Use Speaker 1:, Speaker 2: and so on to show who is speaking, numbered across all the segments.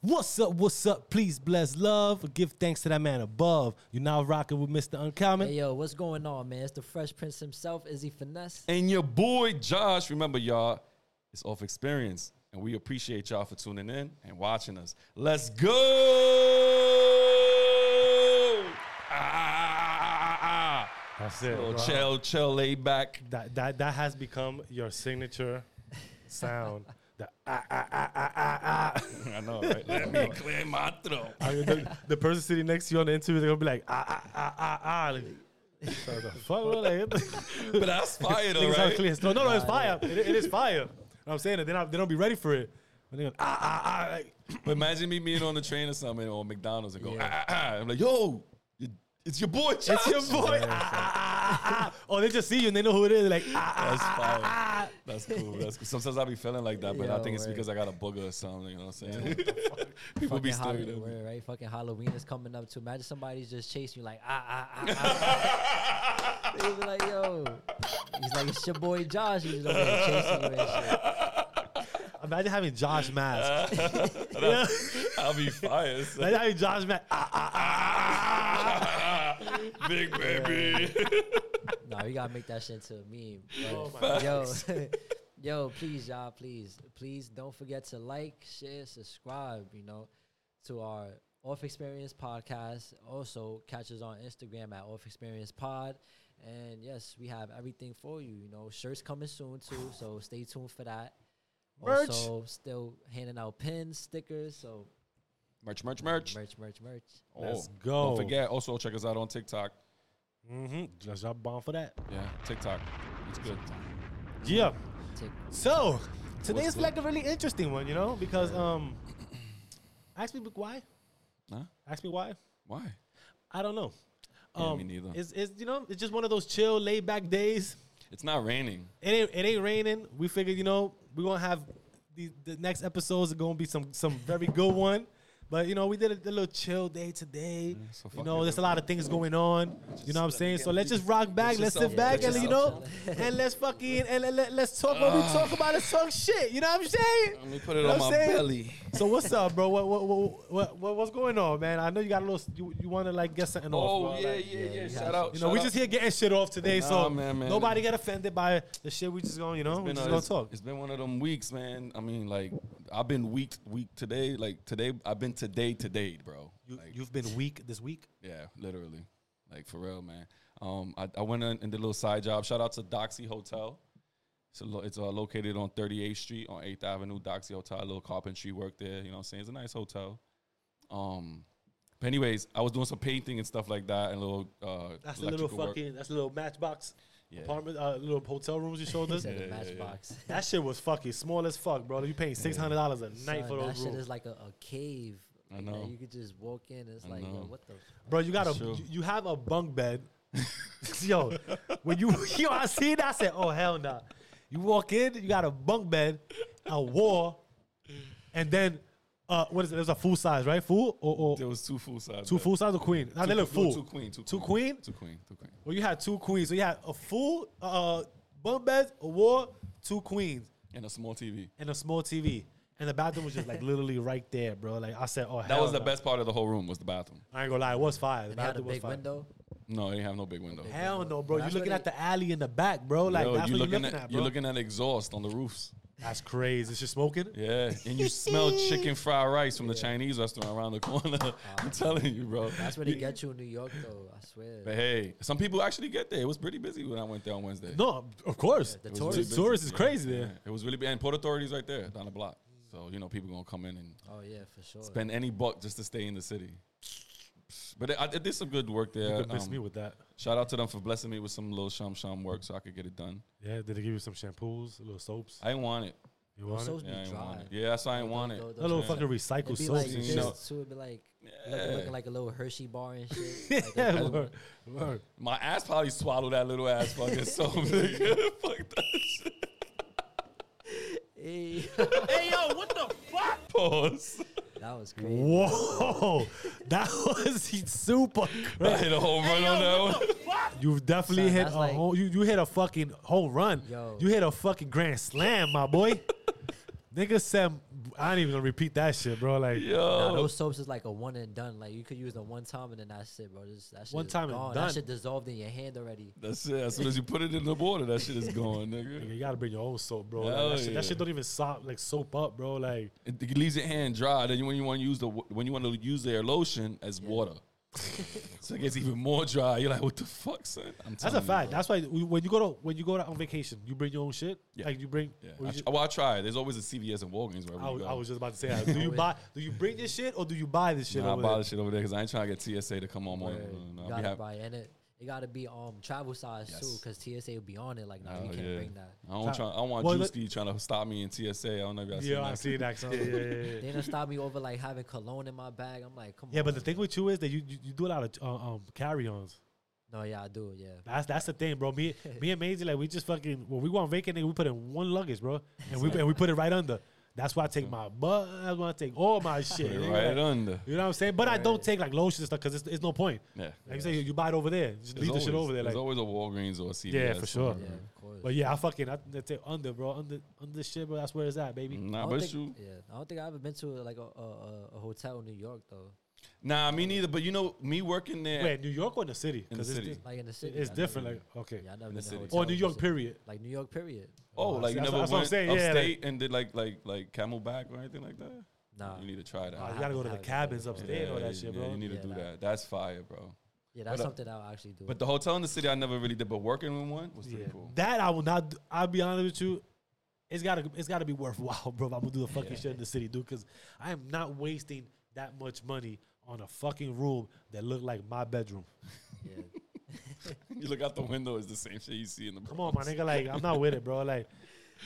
Speaker 1: What's up? What's up? Please bless love. Give thanks to that man above. You're now rocking with Mr. Uncommon.
Speaker 2: Hey yo, what's going on, man? It's the Fresh Prince himself, Izzy Finesse.
Speaker 3: And your boy Josh, remember y'all, it's off experience. And we appreciate y'all for tuning in and watching us. Let's go! Ah, ah, ah, ah.
Speaker 4: That's it.
Speaker 3: Little chill, chill, lay back.
Speaker 4: That, that that has become your signature sound. The,
Speaker 3: I know, right? Let me clear my throat.
Speaker 4: I mean, the, the person sitting next to you on the interview, they're gonna be like, ah ah ah ah ah. Like, so the fuck, bro? like,
Speaker 3: But that's fire, though,
Speaker 4: things are
Speaker 3: right?
Speaker 4: clear. No, no, no, it's fire. It, it is fire. I'm saying that they don't, they don't be ready for it. When they go, ah ah ah. Like,
Speaker 3: But imagine me being on the train or something or McDonald's and go, ah, ah, ah. I'm like, yo, you- it's your boy, Josh.
Speaker 4: it's your boy. Ah, ah, ah, ah, ah. Or they just see you and they know who it is. Like, ah, ah,
Speaker 3: That's fire. That's cool. That's cool. Sometimes I be feeling like that, but I
Speaker 2: Yo,
Speaker 3: think it's
Speaker 2: word.
Speaker 3: because I got a booger or something. You know what I'm saying? People be
Speaker 2: Fucking
Speaker 3: staring at me.
Speaker 2: Halloween, right? Fucking Halloween is coming up too. Imagine somebody's just chasing you like ah ah ah. ah. They'll be like, yo. He's like, it's your boy Josh. He's just over there chasing you and shit.
Speaker 4: imagine having Josh Mask.
Speaker 3: I'll be fired. son.
Speaker 4: Imagine having Josh Mask. Ah, ah,
Speaker 3: Big baby.
Speaker 2: No, you gotta make that shit into a meme. But, yo, yo, please, y'all, please, please don't forget to like, share, subscribe. You know, to our Off Experience podcast. Also, catch us on Instagram at Off Experience Pod. And yes, we have everything for you. You know, shirts coming soon too, so stay tuned for that.
Speaker 4: Merch.
Speaker 2: Also, still handing out pins, stickers. So
Speaker 3: Merch, merch, merch.
Speaker 2: merch, merch, merch.
Speaker 3: Oh,
Speaker 4: Let's go.
Speaker 3: Don't forget. Also, check us out on TikTok.
Speaker 4: mm-hmm. Just drop a bomb for that.
Speaker 3: Yeah, TikTok. It's good.
Speaker 4: Yeah.
Speaker 2: Take
Speaker 4: So
Speaker 3: What's
Speaker 4: today's
Speaker 3: good?
Speaker 4: like a really interesting one, you know, because um, ask me why.
Speaker 3: Huh?
Speaker 4: Ask me why.
Speaker 3: Why?
Speaker 4: I don't know.
Speaker 3: Yeah,
Speaker 4: Um,
Speaker 3: me neither.
Speaker 4: It's, it's you know it's just one of those chill, laid back days.
Speaker 3: It's not raining.
Speaker 4: It ain't it ain't raining. We figured you know we're gonna have the the next episodes are gonna be some some very good one. But you know we did a, a little chill day today.
Speaker 3: so
Speaker 4: you
Speaker 3: fuck
Speaker 4: know
Speaker 3: it.
Speaker 4: there's a lot of things going on. You know what I'm saying. So let's just rock back.
Speaker 3: just
Speaker 4: Let's
Speaker 3: self-
Speaker 4: sit back
Speaker 3: yeah,
Speaker 4: and you know and let's fucking and let, let, let's talk what we
Speaker 3: Uh.
Speaker 4: talk about. Let's talk shit. You know what I'm saying.
Speaker 3: Let me put it
Speaker 4: You know
Speaker 3: on
Speaker 4: what
Speaker 3: my
Speaker 4: I'm saying?
Speaker 3: belly.
Speaker 4: So what's up, bro? What what, what what what what's going on, man? I know you got a little. You, you want to like get something
Speaker 3: Oh,
Speaker 4: off. bro.
Speaker 3: yeah,
Speaker 4: Like,
Speaker 3: yeah, yeah.
Speaker 2: have
Speaker 3: Shout out.
Speaker 4: you know, we
Speaker 3: shout
Speaker 4: just
Speaker 3: out.
Speaker 4: here getting shit off today,
Speaker 3: Nah,
Speaker 4: so
Speaker 3: man, man.
Speaker 4: nobody get offended by the shit. We just going, you know, we
Speaker 3: It's
Speaker 4: just
Speaker 3: been a-
Speaker 4: gonna
Speaker 3: it's-
Speaker 4: talk.
Speaker 3: It's been one of them weeks, man. I mean, like I've been weak, weak today. Like today, I've been today, today, bro.
Speaker 4: You,
Speaker 3: Like,
Speaker 4: you've been weak this week.
Speaker 3: Yeah, literally. Like for real, man. Um, I, I went in and did a little side job. Shout out to Doxy Hotel. It's a lo- it's uh, located on 38th Street on 8th Avenue. Doxy Hotel, a little carpentry work there. You know what I'm saying? It's a nice hotel. Um, but anyways, I was doing some painting and stuff like that, and little uh,
Speaker 4: That's a little
Speaker 3: electrical work.
Speaker 4: fucking. That's a little matchbox
Speaker 3: Yeah.
Speaker 4: apartment, uh, little hotel rooms you showed us.
Speaker 2: said the matchbox.
Speaker 4: That shit was fucking small as fuck, bro. You paying six hundred dollars a night
Speaker 2: Son,
Speaker 4: for
Speaker 2: that
Speaker 4: those
Speaker 2: shit
Speaker 4: rooms,
Speaker 2: is like a, a cave.
Speaker 3: I
Speaker 2: Like, that
Speaker 3: know.
Speaker 2: You could just walk in. It's like,
Speaker 3: know.
Speaker 2: yo, what the
Speaker 4: bro. You got a,
Speaker 3: That's true.
Speaker 4: you, you have a bunk bed. yo, when you yo, I see that, I said, oh hell no. You walk in, you got a bunk bed, a wall, and then uh, what is it? There's a full size, right? Full or, or
Speaker 3: There was two full size.
Speaker 4: Two
Speaker 3: beds.
Speaker 4: full size or queen? Now
Speaker 3: Two-
Speaker 4: they look
Speaker 3: no,
Speaker 4: full.
Speaker 3: Two queen. Two,
Speaker 4: Two
Speaker 3: queen.
Speaker 4: queen?
Speaker 3: Two queen. Two queen.
Speaker 4: Well, you had two queens. So you had a full uh, bunk bed, a wall, two queens,
Speaker 3: And a small TV.
Speaker 4: and a small TV. And the bathroom was just like literally right there, bro. Like I said, oh hell
Speaker 3: That was the
Speaker 4: no.
Speaker 3: best part of the whole room was the bathroom.
Speaker 4: I ain't gonna lie, it was fire. The
Speaker 2: They had a
Speaker 4: bathroom was
Speaker 2: big
Speaker 4: fire.
Speaker 2: window.
Speaker 3: No, they didn't have no big window.
Speaker 4: Hell no, bro. You're
Speaker 2: That's
Speaker 4: looking
Speaker 2: what
Speaker 4: at the alley in the back, bro. Like
Speaker 3: Yo,
Speaker 4: that's what
Speaker 3: you looking
Speaker 4: you're looking at, bro.
Speaker 3: you're looking at exhaust on the roofs.
Speaker 4: that's crazy. Is she smoking?
Speaker 3: Yeah, and you smell chicken fried rice from the Chinese restaurant around the corner.
Speaker 4: Ah.
Speaker 3: I'm telling you, bro.
Speaker 2: That's where they get you in New York, though. I swear.
Speaker 3: But hey, some people actually get there. It was pretty busy when I went there on Wednesday.
Speaker 4: No, of course.
Speaker 2: the
Speaker 4: the
Speaker 2: tourists-
Speaker 4: tourist,
Speaker 3: busy.
Speaker 4: is
Speaker 3: Yeah,
Speaker 4: crazy
Speaker 3: yeah.
Speaker 4: there.
Speaker 3: It was really big. And Port Authority's right there down the block. So, you know, people going to come in and
Speaker 2: Oh yeah, for sure.
Speaker 3: spend any buck just to stay in the city. But I, I did some good work
Speaker 4: You
Speaker 3: there.
Speaker 4: could miss
Speaker 3: Um,
Speaker 4: me with that.
Speaker 3: shout out to them for blessing me with some little sham sham work so I could get it done.
Speaker 4: Yeah, did they give you some shampoos, little soaps?
Speaker 3: I didn't want it.
Speaker 4: You want
Speaker 2: soaps
Speaker 4: it?
Speaker 3: Yeah, I
Speaker 2: be
Speaker 3: didn't want
Speaker 2: dry.
Speaker 3: it. Yeah, that's why I didn't want it.
Speaker 2: Those-
Speaker 4: A little
Speaker 2: those-
Speaker 4: fucking recycled
Speaker 2: It'd be
Speaker 4: soaps.
Speaker 2: like
Speaker 4: and
Speaker 3: you
Speaker 2: this
Speaker 4: shit.
Speaker 3: know.
Speaker 2: too. It'd be like looking, looking like a little Hershey bar and shit. Like
Speaker 4: Yeah,
Speaker 2: a-
Speaker 4: word, word.
Speaker 3: My ass probably swallowed that little ass fucking soap. nigga. Fuck that shit.
Speaker 2: Hey.
Speaker 4: Hey yo, what the fuck?
Speaker 3: Pause.
Speaker 2: that was crazy.
Speaker 4: Whoa, that was super.
Speaker 3: I hit a home run on that one.
Speaker 4: You definitely
Speaker 2: Son,
Speaker 4: hit
Speaker 2: that's
Speaker 4: a
Speaker 2: like-
Speaker 4: whole, you, you hit a fucking home run.
Speaker 2: Yo.
Speaker 4: You hit a fucking grand slam, my boy. Niggas said, I ain't even gonna repeat that shit, bro. Like,
Speaker 2: Nah,
Speaker 3: Yo,
Speaker 2: those soaps is like a one and done. Like you could use them one time and then that's it, bro. This, that shit
Speaker 4: One
Speaker 2: is
Speaker 4: time and
Speaker 2: gone.
Speaker 4: done.
Speaker 2: That shit dissolved in your hand already.
Speaker 3: that's it. As soon as you put it in the water, that shit is gone,
Speaker 4: nigga,
Speaker 3: nigga.
Speaker 4: you gotta bring your own soap, bro. Like,
Speaker 3: Hell
Speaker 4: that, shit, that
Speaker 3: Oh, yeah.
Speaker 4: shit don't even soap, like soap up, bro. Like,
Speaker 3: It, it leaves your hand dry. Then when you want to use the wa- when you want to use their lotion as water, so it gets even more dry. You're like, what the fuck, son? I'm
Speaker 4: that's a
Speaker 3: telling you,
Speaker 4: fact.
Speaker 3: bro.
Speaker 4: That's why we- when you go to when you go to, on vacation, you bring your own shit.
Speaker 3: Yeah.
Speaker 4: Like, you bring.
Speaker 3: Yeah,
Speaker 4: or
Speaker 3: I,
Speaker 4: you
Speaker 3: tr-
Speaker 4: ju-
Speaker 3: well, I try. There's always a CVS and Walgreens wherever
Speaker 4: I,
Speaker 3: you
Speaker 4: was,
Speaker 3: go.
Speaker 4: I was just about to say that. Do you buy? Do you bring this shit or do you buy this shit?
Speaker 3: nah, I
Speaker 4: over
Speaker 3: buy
Speaker 4: there?
Speaker 3: the shit over there because I ain't trying to get TSA to come on more.
Speaker 2: Word. you
Speaker 3: No, no, no. I be
Speaker 2: gotta
Speaker 3: happy-
Speaker 2: buy and it. It gotta be um travel size too,
Speaker 3: Yes.
Speaker 2: because TSA will be on it. Like, nah,
Speaker 3: Hell
Speaker 2: you can't
Speaker 3: yeah.
Speaker 2: bring that.
Speaker 3: I don't try. I don't want
Speaker 4: Well,
Speaker 3: Juice
Speaker 4: let-
Speaker 3: Ski trying to stop me in TSA. I don't know if y'all seen
Speaker 4: Yeah, I
Speaker 3: that.
Speaker 4: see it actually. Yeah, yeah, yeah, yeah.
Speaker 2: They done stop me over like having cologne in my bag. I'm like, come on.
Speaker 4: Yeah, but the thing with you is that you you, you do a lot of uh, um carry-ons.
Speaker 2: No, yeah, I do. Yeah.
Speaker 4: That's that's the thing, bro. Me me and Maisie, like we just fucking when we go on vacation, nigga, we put in one luggage, bro, and we and we put it right under. That's why I take my butt. That's why I take all my shit.
Speaker 3: Put it
Speaker 4: nigga.
Speaker 3: right under.
Speaker 4: You know what I'm saying? But I don't take like lotion and stuff because it's, it's no point.
Speaker 3: Yeah.
Speaker 4: Like you say, you, you buy it over there. Just leave the shit over there. Like,
Speaker 3: There's always a Walgreens or a CVS.
Speaker 4: yeah, for sure.
Speaker 2: Yeah, of course.
Speaker 4: But yeah, I fucking I, I take under, bro. Under under the shit, bro. That's where it's at, baby.
Speaker 2: I
Speaker 3: Nah,
Speaker 2: don't
Speaker 3: but
Speaker 2: think,
Speaker 3: it's true.
Speaker 2: Yeah, I don't think I've ever been to like a, a, a- a hotel in New York though,
Speaker 3: Nah, me neither. But you know, me working there.
Speaker 4: Wait, New York or in the city?
Speaker 3: In the
Speaker 4: 'Cause it's
Speaker 3: city.
Speaker 4: di-
Speaker 2: like in the city.
Speaker 4: It's
Speaker 2: I never
Speaker 4: different. Like
Speaker 2: been-
Speaker 4: okay,
Speaker 2: yeah, I
Speaker 3: In
Speaker 2: never
Speaker 3: the
Speaker 2: been to
Speaker 3: city.
Speaker 2: a
Speaker 3: Or
Speaker 2: hotel
Speaker 4: or
Speaker 2: in
Speaker 4: New
Speaker 2: the
Speaker 4: York.
Speaker 2: city.
Speaker 4: Period.
Speaker 2: Like New York, period.
Speaker 3: oh,
Speaker 4: Oh,
Speaker 3: like you
Speaker 4: that's-
Speaker 3: never
Speaker 4: that's what I'm
Speaker 3: went
Speaker 4: saying, yeah,
Speaker 3: upstate and did like like like Camelback or anything like that.
Speaker 2: Nah.
Speaker 3: You need to try that.
Speaker 4: Oh, you
Speaker 2: haven't-
Speaker 4: gotta go to the
Speaker 2: I haven't
Speaker 4: cabins
Speaker 2: been.
Speaker 4: upstairs and all that shit,
Speaker 3: yeah,
Speaker 4: bro.
Speaker 3: you need
Speaker 2: Yeah,
Speaker 3: to do
Speaker 2: nah.
Speaker 3: that. That's fire, bro.
Speaker 2: Yeah, that's
Speaker 3: But, uh,
Speaker 2: something I'll actually do.
Speaker 3: But the hotel in the city, I never really did. But working in one was pretty
Speaker 4: Yeah.
Speaker 3: cool.
Speaker 4: That I will not. Do, I'll be honest with you. It's gotta. It's gotta be worthwhile, bro. if I'm gonna do the fucking shit in the city, dude. Because I am not wasting that much money on a fucking room that looked like my bedroom.
Speaker 2: yeah.
Speaker 3: you look out the window, it's the same shit you see in the.
Speaker 4: Come on, my nigga. Like I'm not with it, bro. Like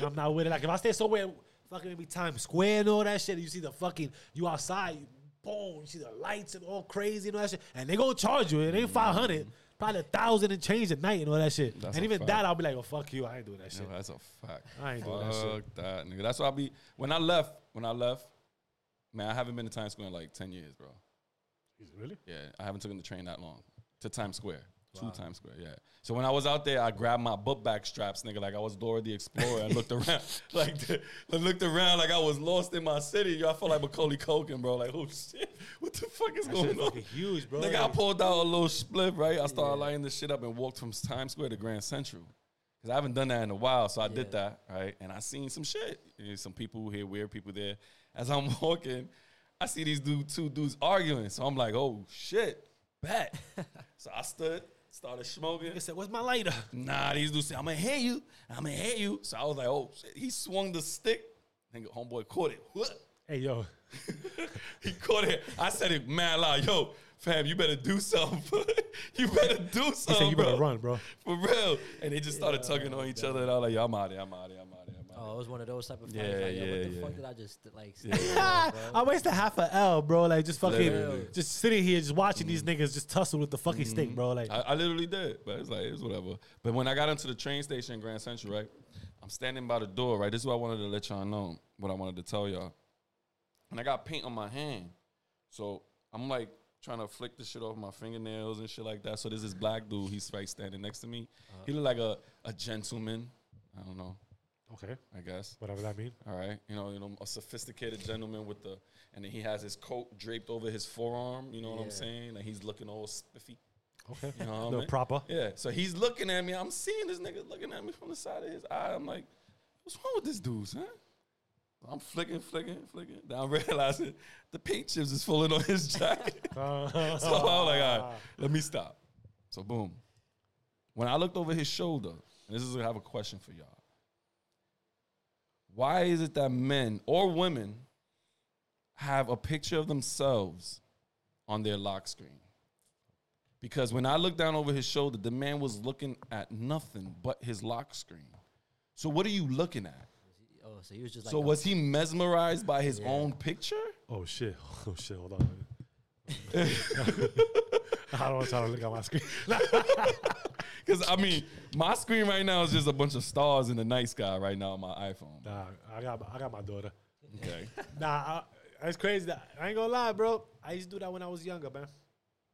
Speaker 4: I'm not with it. Like if I stay somewhere, fucking maybe Times Square and all that shit, you see the fucking you outside, you, boom, you see the lights and all crazy and all that shit, and they gonna charge you. It ain't
Speaker 3: Mm-hmm.
Speaker 4: five hundred. Probably a thousand and change at night and all that shit.
Speaker 3: That's
Speaker 4: and
Speaker 3: a
Speaker 4: even
Speaker 3: fact.
Speaker 4: that, I'll be like, "Oh fuck you, I ain't doing that shit."
Speaker 3: No, that's a fact.
Speaker 4: I ain't
Speaker 3: Fuck
Speaker 4: doing that shit.
Speaker 3: that, nigga. That's why I be when I left. When I left, man, I haven't been to Times Square in like ten years, bro.
Speaker 4: Really?
Speaker 3: Yeah, I haven't taken the train that long to Times Square. To Times Square, yeah. So when I was out there, I grabbed my book bag straps, nigga, like I was Dora the Explorer. I looked around, like I looked around, like I was lost in my city. Yo, I felt like Macaulay Culkin, bro. Like, oh shit, what the fuck is
Speaker 4: Shit
Speaker 3: going on?
Speaker 4: fucking huge, bro.
Speaker 3: Nigga, I
Speaker 4: Like-
Speaker 3: pulled out a little split, right? I started lighting this shit up and walked from Times Square to Grand Central. Because I haven't done that in a while, so I did that, right? And I seen some shit. You know, some people here, weird people there. As I'm walking, I see these dude, two dudes arguing. So I'm like, oh shit, bet. so I stood, started smoking.
Speaker 4: They said, "Where's my lighter?"
Speaker 3: Nah, these dudes say, I'm gonna hit you, I'm gonna hit you. So I was like, oh shit. He swung the stick, nigga, homeboy caught it. What?
Speaker 4: Hey, yo,
Speaker 3: He caught it. I said it mad loud. Yo, fam, you better do something. you better do
Speaker 4: he
Speaker 3: something.
Speaker 4: said you
Speaker 3: bro.
Speaker 4: better run, bro.
Speaker 3: For real. And they just started tugging on each other. And I was like, yo, I'm out of here. I'm out of here. I'm out of here. I'm out
Speaker 2: Oh, it was one of those type of fights.
Speaker 3: Yeah,
Speaker 2: like, yo,
Speaker 3: yeah,
Speaker 2: what the
Speaker 3: yeah.
Speaker 2: fuck did I just like?
Speaker 3: Yeah.
Speaker 2: stand on, bro?
Speaker 4: I wasted half a L, bro. Like just fucking,
Speaker 3: Literally. Mm-hmm.
Speaker 4: just sitting here, just watching these niggas just tussle with the fucking stick, bro. Like,
Speaker 3: I, I literally did. But it's like, it's whatever. But when I got into the train station in Grand Central, right? I'm standing by the door, right? This is what I wanted to let y'all know, what I wanted to tell y'all. And I got paint on my hand. So I'm like trying to flick the shit off my fingernails and shit like that. So there's this black dude, he's right standing next to me. He looked like a, a gentleman. I don't know,
Speaker 4: okay,
Speaker 3: I guess.
Speaker 4: whatever that mean.
Speaker 3: All right, you know, you know, a sophisticated gentleman with the, and then he has his coat draped over his forearm. You know what I'm
Speaker 2: Yeah.
Speaker 3: saying? And he's looking all spiffy.
Speaker 4: Okay,
Speaker 3: You know what I
Speaker 4: the
Speaker 3: mean?
Speaker 4: proper.
Speaker 3: Yeah. So he's looking at me. I'm seeing this nigga looking at me from the side of his eye. I'm like, what's wrong with this dude, son? I'm flicking, flicking, flicking. Then I'm realizing the paint chips is falling on his jacket.
Speaker 4: Uh,
Speaker 3: So I was like, all right, let me stop. So boom. When I looked over his shoulder, and this is I have a question for y'all. Why is it that men or women have a picture of themselves on their lock screen? Because when I looked down over his shoulder, the man was looking at nothing but his lock screen. So what are you looking at?
Speaker 2: Oh, so he was just like.
Speaker 3: so
Speaker 2: a-
Speaker 3: was he mesmerized by his own picture?
Speaker 4: oh shit, oh shit, hold on. I don't want to look at my screen.
Speaker 3: Because I mean, my screen right now is just a bunch of stars in the night sky right now on my iPhone.
Speaker 4: Nah, I got, my- I got my daughter.
Speaker 3: Okay,
Speaker 4: Nah, I, it's crazy. That, I ain't gonna lie, bro. I used to do that when I was younger, man.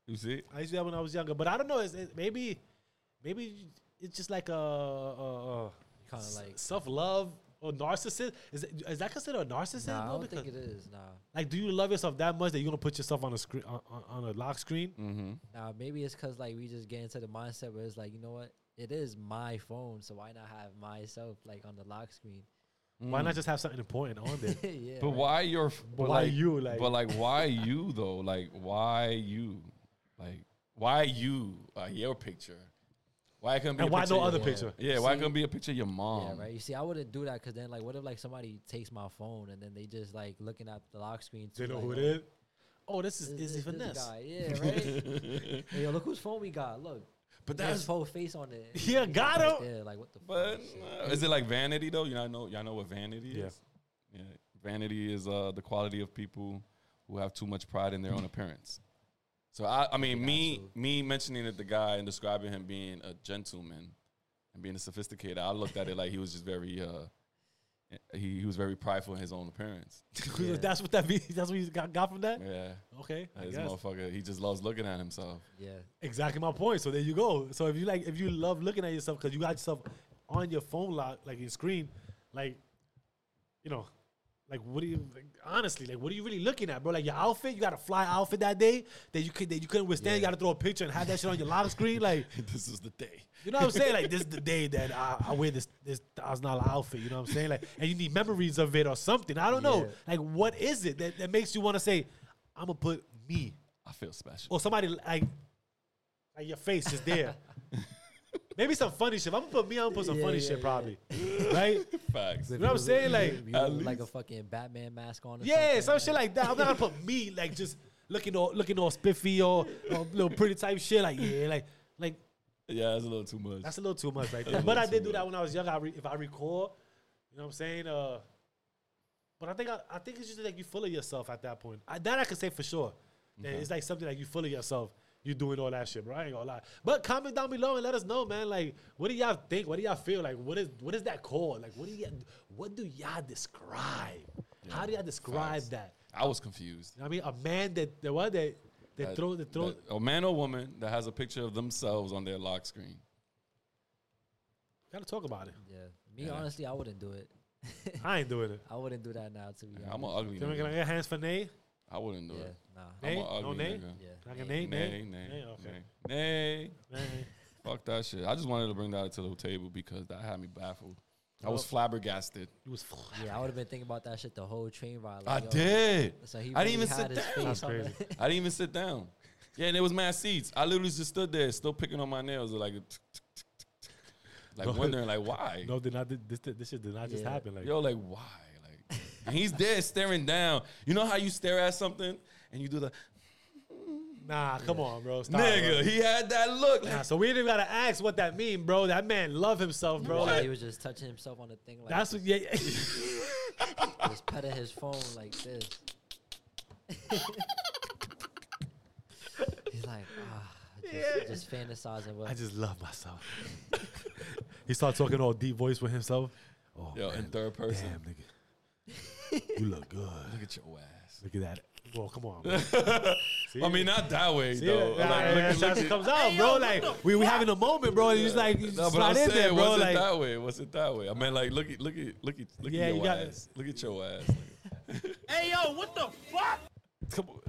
Speaker 3: you see?
Speaker 4: I used to do that when I was younger, but I don't know. It's, it, maybe, maybe it's just like a, a, a
Speaker 2: Kinda like-
Speaker 4: self love or narcissist? Is, it, is that considered a narcissist?
Speaker 2: Nah, I
Speaker 4: bro?
Speaker 2: don't
Speaker 4: Because-
Speaker 2: think it is. Nah,
Speaker 4: like, do you love yourself that much that you're gonna put yourself on a screen on, on- on a lock screen?
Speaker 3: Mm-hmm.
Speaker 2: nah. Maybe it's cause like we just get into the mindset where it's like, you know what? It is my phone, so why not have myself like on the lock screen? Mm-hmm.
Speaker 4: Why not just have something important on there?
Speaker 2: yeah.
Speaker 3: But
Speaker 2: right.
Speaker 3: why your? But
Speaker 4: why
Speaker 3: like,
Speaker 4: you, like-
Speaker 3: But like, why you though? Like, why you? Like, why you? Uh, your picture. Why couldn't be?
Speaker 4: and
Speaker 3: a
Speaker 4: why
Speaker 3: picture
Speaker 4: no
Speaker 3: of your-
Speaker 4: other
Speaker 2: yeah.
Speaker 4: picture?
Speaker 3: Yeah, why
Speaker 2: See-
Speaker 3: couldn't be a picture of your mom?
Speaker 2: Yeah, right. You see, I wouldn't do that because then, like, what if like somebody takes my phone and then they just like looking at the lock screen?
Speaker 4: They
Speaker 2: too,
Speaker 4: know
Speaker 2: like,
Speaker 4: who it is.
Speaker 2: oh,
Speaker 4: Oh, this is
Speaker 2: this-
Speaker 4: Izzy
Speaker 2: this- this
Speaker 4: Finesse.
Speaker 2: guy. Yeah, right. hey, yo, look whose phone we got. Look,
Speaker 3: But
Speaker 2: There's
Speaker 3: that's.
Speaker 2: his whole face on it.
Speaker 4: Yeah,
Speaker 2: He's
Speaker 4: got
Speaker 2: right
Speaker 4: him.
Speaker 2: there, Like, what the
Speaker 3: But
Speaker 2: fuck?
Speaker 3: uh, is it like vanity though? You know, I know y'all know what vanity
Speaker 4: Yeah.
Speaker 3: is. Yeah, vanity is uh, the quality of people who have too much pride in their own appearance. So I, I mean,
Speaker 2: Yeah,
Speaker 3: me,
Speaker 2: absolutely.
Speaker 3: me mentioning it, the guy and describing him being a gentleman and being a sophisticated, I looked at it like he was just very, uh, he, he was very prideful in his own appearance.
Speaker 2: Yeah.
Speaker 4: that's what that means. That's what you got, got from that.
Speaker 3: Yeah,
Speaker 4: Okay, I
Speaker 3: this
Speaker 4: guess.
Speaker 3: motherfucker, he just loves looking at himself.
Speaker 2: Yeah,
Speaker 4: exactly my point. So there you go. So if you like, if you love looking at yourself because you got yourself on your phone lock, like your screen, like you know, like what do you like, honestly like? What are you really looking at, bro? Like your outfit, you got a fly outfit that day that you could that you couldn't withstand. You
Speaker 2: Yeah.
Speaker 4: got to throw a picture and have that shit on your lock screen, like.
Speaker 3: this is the day.
Speaker 4: You know what I'm saying? Like this is the day that I, I wear this this thousand dollar outfit. You know what I'm saying? Like, and you need memories of it or something. I don't know.
Speaker 2: Yeah.
Speaker 4: Like, what is it that, that makes you want to say, "I'm gonna put me"
Speaker 3: I feel special.
Speaker 4: or somebody like like your face is there. Maybe some funny shit. If I'm gonna put me. I'm gonna put some
Speaker 2: Yeah,
Speaker 4: funny
Speaker 2: yeah,
Speaker 4: shit,
Speaker 2: yeah.
Speaker 4: probably. right?
Speaker 3: Facts.
Speaker 4: You know what I'm saying? Like,
Speaker 2: you
Speaker 3: at
Speaker 2: look like a
Speaker 3: least-
Speaker 2: fucking Batman mask on. Or
Speaker 4: yeah,
Speaker 2: something,
Speaker 4: some shit like that. I'm not gonna put me like just looking all looking all spiffy or, or little pretty type shit. Like, yeah, like like
Speaker 3: Yeah, that's a little too much.
Speaker 4: That's a little too much right there.
Speaker 3: That's a
Speaker 4: But I
Speaker 3: little
Speaker 4: did
Speaker 3: too
Speaker 4: do that
Speaker 3: much.
Speaker 4: when I was younger. I re- if I recall, you know what I'm saying? Uh, but I think I, I think it's just like you full of yourself at that point. I, that I can say for sure. That It's like something like you full of yourself. You doing all that shit, bro. I ain't gonna lie. But comment down below and let us know, man. Like, what do y'all think? What do y'all feel? Like, what is what is that called? Like, what do y'all what do y'all describe? How do y'all describe
Speaker 3: facts.
Speaker 4: that?
Speaker 3: I was confused.
Speaker 4: You know what I mean, a man that that what that that
Speaker 3: that-
Speaker 4: throw that throw.
Speaker 3: that- a man or woman that has a picture of themselves on their lock screen.
Speaker 4: Gotta talk about it.
Speaker 2: Yeah, me
Speaker 3: Yeah.
Speaker 2: honestly, I wouldn't do it.
Speaker 4: I ain't doing it.
Speaker 2: I wouldn't do that now. To be
Speaker 3: I'm an
Speaker 2: honest.
Speaker 3: ugly
Speaker 4: Can I- can I
Speaker 3: nigga.
Speaker 4: get hands for Nay?
Speaker 3: I wouldn't do
Speaker 2: yeah,
Speaker 3: it.
Speaker 2: nah.
Speaker 4: Nay?
Speaker 3: I'm an
Speaker 4: No
Speaker 3: ugly
Speaker 4: nay?
Speaker 3: nigga.
Speaker 2: Yeah,
Speaker 4: Can I get
Speaker 2: Nay.
Speaker 4: Nay?
Speaker 3: Nay, nay,
Speaker 4: Nay,
Speaker 3: nay,
Speaker 4: okay.
Speaker 3: nay.
Speaker 4: Nay.
Speaker 3: Fuck that shit. I just wanted to bring that to the table because that had me baffled. I was flabbergasted.
Speaker 4: It was
Speaker 2: Yeah, I would have been thinking about that shit the whole train ride.
Speaker 3: I
Speaker 2: Like, yo,
Speaker 3: did.
Speaker 2: So he
Speaker 3: I didn't
Speaker 2: really
Speaker 3: even
Speaker 2: had
Speaker 3: sit
Speaker 2: his
Speaker 3: down.
Speaker 2: face
Speaker 4: That's
Speaker 2: on
Speaker 4: crazy.
Speaker 2: it.
Speaker 3: I didn't even sit down. Yeah, and there was mad seats. I literally just stood there, still picking on my nails, like, like wondering, like, why?
Speaker 4: No, did not. This this shit did not just
Speaker 2: Yeah.
Speaker 4: happen. Like,
Speaker 3: Yo, like why? Like, and he's there staring down. You know how you stare at something and you do the
Speaker 4: nah, come on, bro. Stop,
Speaker 3: nigga.
Speaker 4: bro.
Speaker 3: He had that look. Like,
Speaker 4: Nah, so we didn't even gotta ask what that mean, bro. That man love himself, bro.
Speaker 2: Yeah,
Speaker 4: Like,
Speaker 2: he was just touching himself on the thing like
Speaker 4: that's what. Yeah, yeah.
Speaker 2: just, just petting his phone like this. He's like, ah, just, just fantasizing. What,
Speaker 4: I just love myself. he started talking all deep voice with himself. Oh,
Speaker 3: yo, in third person.
Speaker 4: damn, nigga, you look good.
Speaker 3: Look at your ass.
Speaker 4: Look at that. Well, come on. Bro. See?
Speaker 3: I mean, not that way
Speaker 4: See,
Speaker 3: though.
Speaker 4: nah,
Speaker 3: like,
Speaker 4: yeah,
Speaker 3: look,
Speaker 4: that
Speaker 3: look,
Speaker 4: shit comes out, bro. Like we we having a moment, bro. And you just like you
Speaker 3: no,
Speaker 4: just
Speaker 3: but I'm
Speaker 4: slide in
Speaker 3: saying,
Speaker 4: there, bro.
Speaker 3: was it
Speaker 4: Like
Speaker 3: that way? Was it that way? I mean, like, look at, look at, look at, look
Speaker 4: Yeah,
Speaker 3: at
Speaker 4: you
Speaker 3: your
Speaker 4: gotta-
Speaker 3: ass. Look at your ass.
Speaker 4: come, on-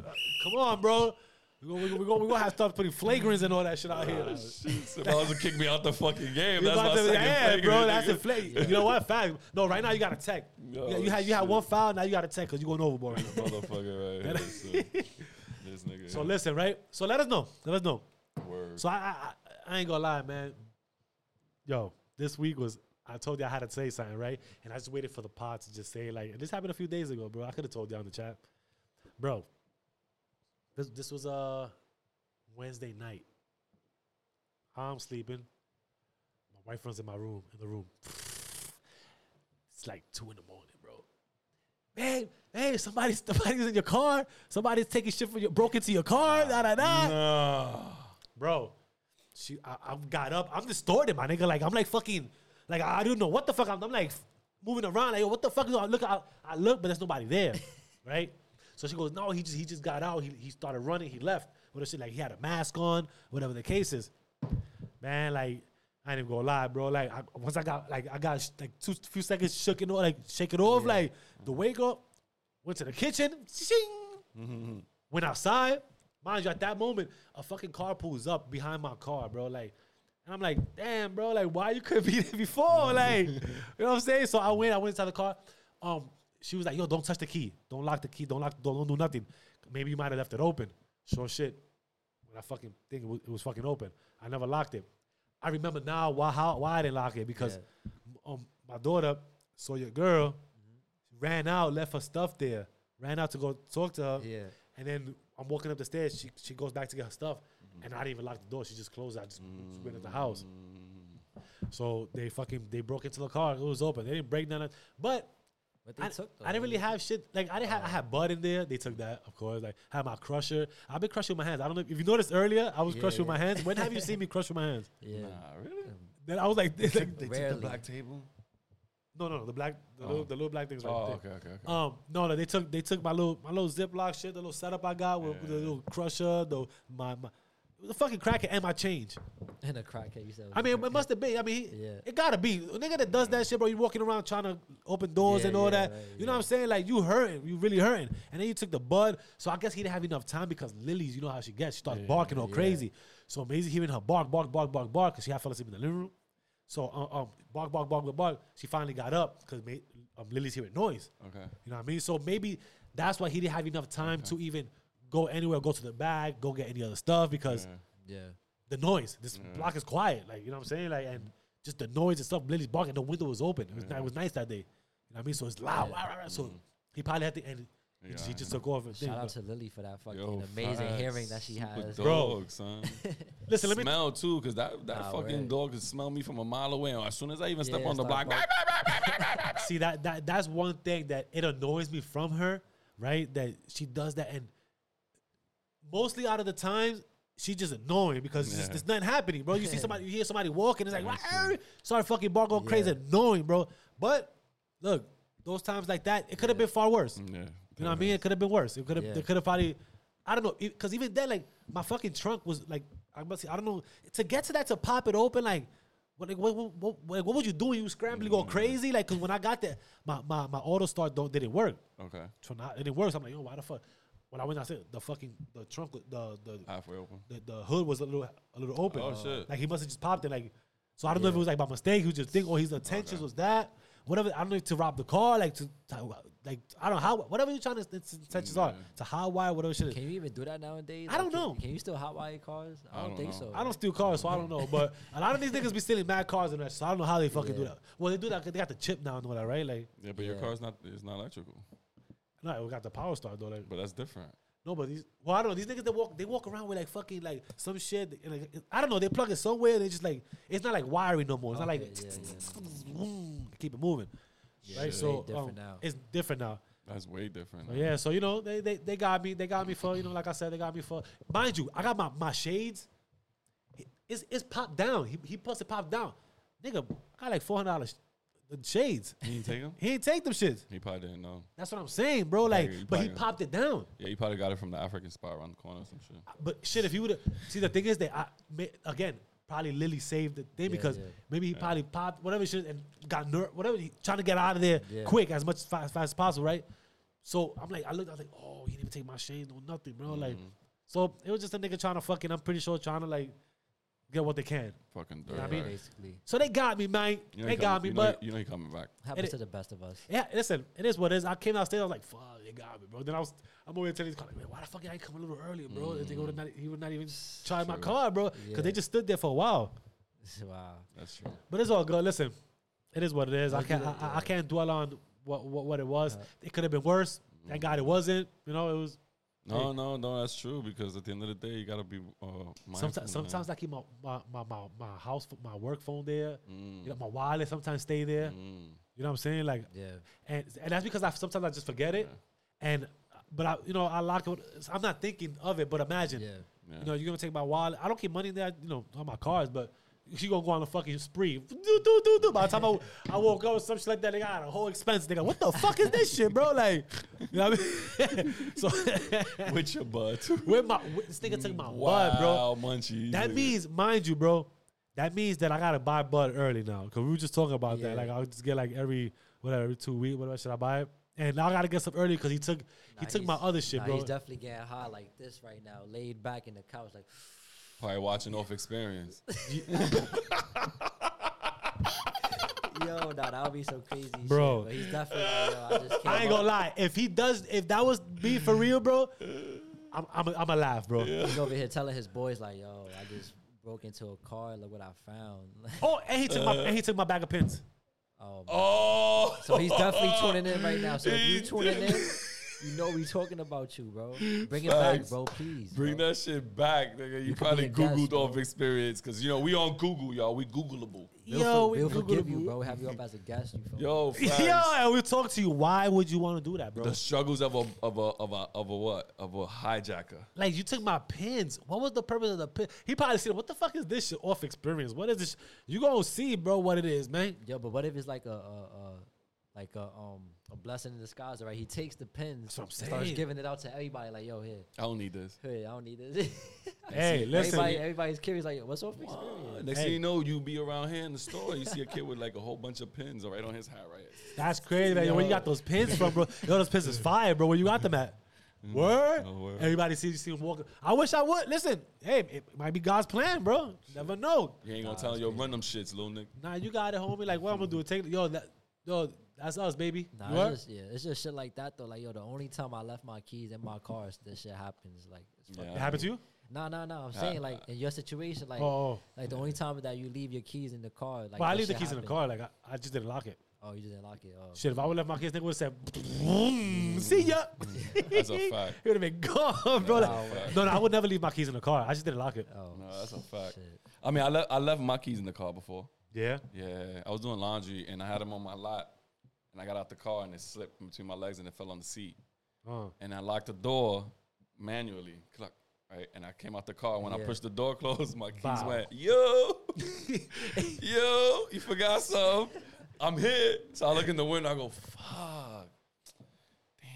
Speaker 4: come on, bro. We're gonna, we gonna, we gonna have to start putting flagrants and all that Oh, shit out here. like.
Speaker 3: If I was to kick me out the fucking game,
Speaker 4: You
Speaker 3: that's Ah, my
Speaker 4: about to-
Speaker 3: second
Speaker 4: yeah,
Speaker 3: finger,
Speaker 4: bro. That's
Speaker 3: nigga.
Speaker 4: a flag. You know what? Fact. No, right now you got a tech.
Speaker 3: Oh,
Speaker 4: you, you had you had
Speaker 3: shit.
Speaker 4: one foul. Now you got a tech because you going overboard. Right now.
Speaker 3: Motherfucker, right? here, so, this nigga.
Speaker 4: So listen, right? So let us know. Let us know.
Speaker 3: word.
Speaker 4: So I, I I I ain't gonna lie, man. Yo, this week was. I told you I had to say something, right? And I just waited for the pod to just say it, like. And this happened a few days ago, bro. I could have told you on the chat, bro. This this was uh Wednesday night. I'm sleeping. My wife runs in my room, in the room. It's like two in the morning, bro. Man, hey, somebody, somebody's in your car. Somebody's taking shit from your, broke into your car. Da da da. Bro, she, I, I got up. I'm distorted, my nigga. Like I'm like fucking, like I don't know what the fuck. I'm, I'm like moving around. Like what the fuck? is I look, I, I look, but there's nobody there, right? So she goes, no, he just he just got out. He, he started running. He left. What the shit? Like he had a mask on. Whatever the case is, man. Like I ain't even gonna lie, bro. Like I, once I got like I got sh- like two few seconds shook it off, like shake it off, like the wake up. Went to the kitchen, shing. went outside. Mind you, at that moment, a fucking car pulls up behind my car, bro. Like, and I'm like, damn, bro, like why you couldn't be there before? Like, you know what I'm saying? So I went, I went inside the car. Um, she was like, yo, don't touch the key, don't lock the key, don't lock, don't, don't do nothing. Maybe you might have left it open. Sure shit when I fucking think it was, it was fucking open. I never locked it. I remember now why how why I didn't lock it because um, my daughter saw your girl, ran out, left her stuff there, ran out to go talk to her,
Speaker 2: Yeah.
Speaker 4: and then I'm walking up the stairs. She she goes back to get her stuff,
Speaker 2: Mm-hmm.
Speaker 4: and I didn't even lock the door. She just closed. it. I just went into the house. So they fucking they broke into the car. It was open. They didn't break none of. But
Speaker 2: But they
Speaker 4: I,
Speaker 2: took though.
Speaker 4: I didn't really have shit. Like I didn't have. I had bud in there. They took that, of course. Like had my crusher. I've been crushing with my hands. I don't know if you noticed earlier. I was
Speaker 2: Yeah,
Speaker 4: crushing with
Speaker 2: yeah.
Speaker 4: my hands. When have you seen me crush with my hands?
Speaker 2: Yeah.
Speaker 3: Nah, really?
Speaker 4: Then I was like, this, like
Speaker 3: They took
Speaker 2: Rarely.
Speaker 3: the black table.
Speaker 4: no, no, no, the black, the,
Speaker 3: Oh.
Speaker 4: little, the little black things right
Speaker 3: Oh,
Speaker 4: there.
Speaker 3: okay, okay, okay.
Speaker 4: Um, no, no, they took they took my little my little ziploc shit, the little setup I got with the little crusher, the my, my the fucking cracker and my change.
Speaker 2: And a crackhead, you said. was
Speaker 4: I
Speaker 2: a
Speaker 4: mean,
Speaker 2: crackhead.
Speaker 4: it must have been. I mean, he-
Speaker 2: Yeah.
Speaker 4: it gotta be a nigga that does that shit, bro. You walking around trying to open doors
Speaker 2: Yeah,
Speaker 4: and all
Speaker 2: yeah,
Speaker 4: that.
Speaker 2: right,
Speaker 4: you know what
Speaker 2: yeah.
Speaker 4: I'm saying? Like you hurting, you really hurting. And then you took the bud. So I guess he didn't have enough time because Lily's, you know how she gets. She starts barking all
Speaker 2: yeah.
Speaker 4: crazy. So amazing hearing her bark, bark, bark, bark, bark, because she had fell asleep in the living room. So um, um bark, bark, bark, bark, bark. She finally got up because um, Lily's hearing noise.
Speaker 3: Okay.
Speaker 4: You know what I mean? So maybe that's why he didn't have enough time to even go anywhere, go to the bag, go get any other stuff because
Speaker 2: Yeah.
Speaker 4: the noise. This
Speaker 3: Mm.
Speaker 4: block is quiet. Like you know what I'm saying. Like and just the noise and stuff. Lily's barking. The window was open. It was, ni-
Speaker 3: Mm.
Speaker 4: it was nice that day. You know what I mean. So it's loud. rah, rah, rah. So he probably had to end. He, just, he
Speaker 3: Yeah.
Speaker 4: just took off. And
Speaker 2: Shout
Speaker 4: thing,
Speaker 2: out
Speaker 4: but-
Speaker 2: to Lily for that fucking
Speaker 3: Yo,
Speaker 2: amazing
Speaker 3: facts.
Speaker 2: hearing that she
Speaker 3: Super
Speaker 2: has.
Speaker 3: Dog, son.
Speaker 4: Listen, let me.
Speaker 3: smell too, cause that, that
Speaker 2: Nah,
Speaker 3: fucking
Speaker 2: right.
Speaker 3: dog can smell me from a mile away. As soon as I even step
Speaker 2: Yeah,
Speaker 3: on the
Speaker 2: stop
Speaker 3: block, "Bah, bah, bah, bah, bah, bah."
Speaker 4: see that that that's one thing that it annoys me from her, right? That she does that, and mostly out of the times she just annoying because it's just,
Speaker 3: Yeah.
Speaker 4: there's nothing happening, bro. You see somebody, you hear somebody walking, it's like
Speaker 3: That's
Speaker 4: "Wah!" sorry, fucking bar going crazy, annoying, bro. But look, those times like that, it could have been far worse.
Speaker 3: yeah, Mm.
Speaker 4: You know what I mean? It could have been worse. It could have.
Speaker 2: Yeah.
Speaker 4: It could have probably. I don't know. Because even then, like my fucking trunk was like. I must. I don't know. To get to that to pop it open, like. What, like, what, what, what, like, what would you do when you scrambling, go crazy? Like, cause when I got there, my, my, my auto start don't didn't work.
Speaker 3: Okay,
Speaker 4: So now it didn't work. So I'm like, yo, why the fuck? When I went outside, the fucking the trunk, was- the the,
Speaker 3: halfway open.
Speaker 4: the the hood was a little a little open.
Speaker 3: Oh, shit.
Speaker 4: Like he must have just popped it. Like, so I don't know if it was like by mistake. He was just thinking, oh, or his intentions was that whatever. I don't know if to rob the car, like to, to- like I don't know how whatever you're trying to its intentions are to high wire whatever shit.
Speaker 2: Can you even do that nowadays?
Speaker 4: I don't
Speaker 2: can-
Speaker 4: know.
Speaker 2: Can you still hotwire cars? I don't,
Speaker 3: don't
Speaker 2: think
Speaker 3: know.
Speaker 2: so.
Speaker 4: I don't steal cars, so I don't know. But a lot of these niggas be stealing mad cars and that. So I don't know how they fucking do
Speaker 2: Yeah.
Speaker 4: that. Well, they do that because they got the chip now and all that, right? Like,
Speaker 3: Yeah, but your
Speaker 2: Yeah.
Speaker 3: car's not it's not electrical,
Speaker 4: no, we got the power star though. Like,
Speaker 3: but that's different.
Speaker 4: no, but these, well, I don't know. These niggas that walk, they walk around with like fucking like some shit. And, like, I don't know. They plug it somewhere. They just like, it's not like wiring no more. It's not
Speaker 2: Okay,
Speaker 4: like
Speaker 2: yeah,
Speaker 4: keep it moving.
Speaker 2: Yeah,
Speaker 4: right,
Speaker 2: it's
Speaker 4: so
Speaker 2: way different
Speaker 4: um,
Speaker 2: now.
Speaker 4: it's different now.
Speaker 3: That's way different.
Speaker 2: Oh,
Speaker 4: But yeah, so you know they, they they got me. They got me for you know, like I said, they got me for. Mind you, I got my my shades. It's it's popped down. He he puts it popped down. Nigga, I got like four hundred dollars shades.
Speaker 3: He didn't take him.
Speaker 4: He ain't take them shits.
Speaker 3: He probably didn't know.
Speaker 4: That's what I'm saying, bro. Like,
Speaker 3: you
Speaker 4: but he
Speaker 3: bugging.
Speaker 4: popped it down.
Speaker 3: Yeah, he probably got it from the African spot around the corner or some shit.
Speaker 4: But shit, if you would have see the thing is that I ma- again probably Lily saved the thing
Speaker 2: Yeah,
Speaker 4: because
Speaker 2: yeah.
Speaker 4: maybe he probably popped whatever shit and got ner- whatever he, trying to get out of there
Speaker 2: Yeah.
Speaker 4: quick as much as fast, fast as possible, right? So I'm like, I looked, I was like, oh, he didn't even take my shades or nothing, bro. Like,
Speaker 3: Mm-hmm.
Speaker 4: so it was just a nigga trying to fucking. I'm pretty sure trying to like get what they can.
Speaker 3: Fucking
Speaker 2: yeah,
Speaker 3: dirty.
Speaker 4: mean,
Speaker 2: basically.
Speaker 4: So they got me, man.
Speaker 3: you know
Speaker 4: they
Speaker 3: he
Speaker 4: got
Speaker 3: coming-
Speaker 4: me,
Speaker 3: you know
Speaker 4: but
Speaker 3: he- you know he coming back.
Speaker 2: Happens
Speaker 4: it-
Speaker 2: to the best of us.
Speaker 4: Yeah, listen, it is what it is. I came downstairs, I was like, fuck, they got me, bro. Then I was, I'm over here telling these car, like, man, why the fuck did I come a little earlier, bro? And They would not, he would not even try my
Speaker 3: True.
Speaker 4: car, bro, because they
Speaker 2: Yeah.
Speaker 4: just stood there for a while.
Speaker 2: Wow.
Speaker 3: That's true.
Speaker 4: But it's all good. Listen, it is what it is. I
Speaker 2: Look
Speaker 4: can't, I,
Speaker 2: at it,
Speaker 4: I- I
Speaker 2: yeah.
Speaker 4: can't dwell on what what, what it was. It could have been worse. Thank God it wasn't. You know, it was.
Speaker 3: No, no, no. That's true because at the end of the day, you gotta be uh, mindful, man.
Speaker 4: Sometimes, sometimes I keep my my, my, my my house, ph- my work phone there. You know, my wallet sometimes stay there.
Speaker 3: Mm.
Speaker 4: You know what I'm saying? Like,
Speaker 2: Yeah.
Speaker 4: and and that's because I sometimes I just forget it, and but I you know I lock it. with- I'm not thinking of it, but imagine,
Speaker 2: Yeah.
Speaker 3: Yeah.
Speaker 4: you know, you're gonna take my wallet. I don't keep money in there, you know, on my cars, but she gonna go on a fucking spree. Do do do do. By the time I, I woke up, some shit like that, they got a whole expense. They go, what the fuck is this shit, bro? Like, you know what I mean? so
Speaker 3: With your butt.
Speaker 4: where my this nigga took my blood, bro.
Speaker 3: Munchies.
Speaker 4: That
Speaker 3: nigga.
Speaker 4: means, mind you, bro, That means that I gotta buy bud early now because we were just talking about that.
Speaker 2: Yeah.
Speaker 4: Like I'll just get like every whatever every two weeks. Whatever should I buy it? And now I gotta get some early because he took he
Speaker 2: Nah,
Speaker 4: took my
Speaker 2: he's-
Speaker 4: other shit,
Speaker 2: nah,
Speaker 4: bro.
Speaker 2: He's definitely getting high like this right now, laid back in the couch, like
Speaker 3: Probably watching off experience.
Speaker 2: yo, nah, that would be some crazy, shit,
Speaker 4: Bro.
Speaker 2: But he's definitely, like, yo, I just can't.
Speaker 4: I ain't gonna
Speaker 2: walk-
Speaker 4: lie. If he does, if that was me for real, bro, I'm I'm a, I'm a laugh, bro.
Speaker 2: He's over here telling his boys like, yo, I just broke into a car. Look what I found.
Speaker 4: Oh, and he took my and he took my bag of pins.
Speaker 2: oh, my-
Speaker 3: Oh,
Speaker 2: so he's definitely tuning in right now. So if
Speaker 3: He
Speaker 2: you tuning
Speaker 3: did.
Speaker 2: in, you know we talking about you, bro. Bring it back,
Speaker 3: Facts.
Speaker 2: bro, please.
Speaker 3: Bring
Speaker 2: bro.
Speaker 3: that shit back, nigga.
Speaker 2: could
Speaker 3: You,
Speaker 2: be
Speaker 3: probably
Speaker 2: a guest,
Speaker 3: Googled
Speaker 2: bro.
Speaker 3: off experience because you know we on Google, y'all. We Googleable.
Speaker 4: Yo, we
Speaker 2: we'll
Speaker 4: Google
Speaker 2: forgive you,
Speaker 4: you.
Speaker 2: bro. Have you up as a guest. You feel me?
Speaker 3: Yo, facts.
Speaker 4: Yo, and we talk to you. Why would you want to do that, bro?
Speaker 3: the struggles of a of a of a of a what of a hijacker.
Speaker 4: Like you took my pins. What was the purpose of the pin? He probably said, "What the fuck is this shit?" Off experience. What is this? sh- You gonna see, bro, what it is, man.
Speaker 2: Yo, but what if it's like a, a, a like a um a blessing in disguise, right? He takes the pins,
Speaker 4: That's what I'm
Speaker 2: and starts
Speaker 4: saying.
Speaker 2: giving it out to everybody, like, yo, here,
Speaker 3: I don't need this.
Speaker 2: here, I don't need this.
Speaker 4: Hey, listen.
Speaker 2: Everybody, everybody's curious, like, yo, what's off experience?
Speaker 3: Next
Speaker 4: Ah, Hey.
Speaker 3: thing you know, you be around here in the store, you see a kid with like a whole bunch of pins right on his hat, right?
Speaker 4: That's crazy, man. Where you got those pins from, bro? Yo, those pins is fire, bro. Where you got them at?
Speaker 2: Mm,
Speaker 4: Word.
Speaker 3: Oh, word.
Speaker 4: Everybody sees you see him walking. I wish I would. Listen, hey, it might be God's plan, bro. Never know.
Speaker 3: You ain't gonna tell him, yo, run them shits, little nigga.
Speaker 4: Nah, you got it, homie. Like, what I'm gonna do? Take yo, that, yo, that's us, baby. You
Speaker 2: Nah,
Speaker 4: heard?
Speaker 2: it's just, yeah, it's just shit like that though. Like, yo, the only time I left my keys in my car, is this shit happens. Like, it's fuck-
Speaker 4: it happened to you?
Speaker 2: nah, nah, nah. I'm saying like in your situation, like,
Speaker 4: Oh, oh.
Speaker 2: like the only time that you leave your keys in the car, like,
Speaker 4: But I
Speaker 2: that
Speaker 4: leave the
Speaker 2: shit
Speaker 4: keys in the
Speaker 2: happen.
Speaker 4: car. Like, I, I just didn't lock it.
Speaker 2: Oh, you just didn't lock it. Oh,
Speaker 4: Shit, if I would have left my kids, nigga would have said, "Vroom." "See ya."
Speaker 3: That's a fact.
Speaker 4: He would have been gone, bro. Like,
Speaker 2: Wow.
Speaker 4: no, no, I would never leave my keys in the car. I just didn't lock it.
Speaker 2: oh,
Speaker 3: No, that's a fact.
Speaker 2: shit.
Speaker 3: I mean, I left I left my keys in the car before.
Speaker 4: Yeah.
Speaker 3: Yeah, I was doing laundry and I had them on my lot, and I got out the car and it slipped from between my legs and it fell on the seat.
Speaker 4: Uh.
Speaker 3: And I locked the door manually, cluck, right? And I came out the car. When I
Speaker 2: Yeah.
Speaker 3: pushed the door closed, my keys
Speaker 4: Bow.
Speaker 3: went, yo, yo, you forgot something. I'm here. So I look in the window. I go, fuck, damn.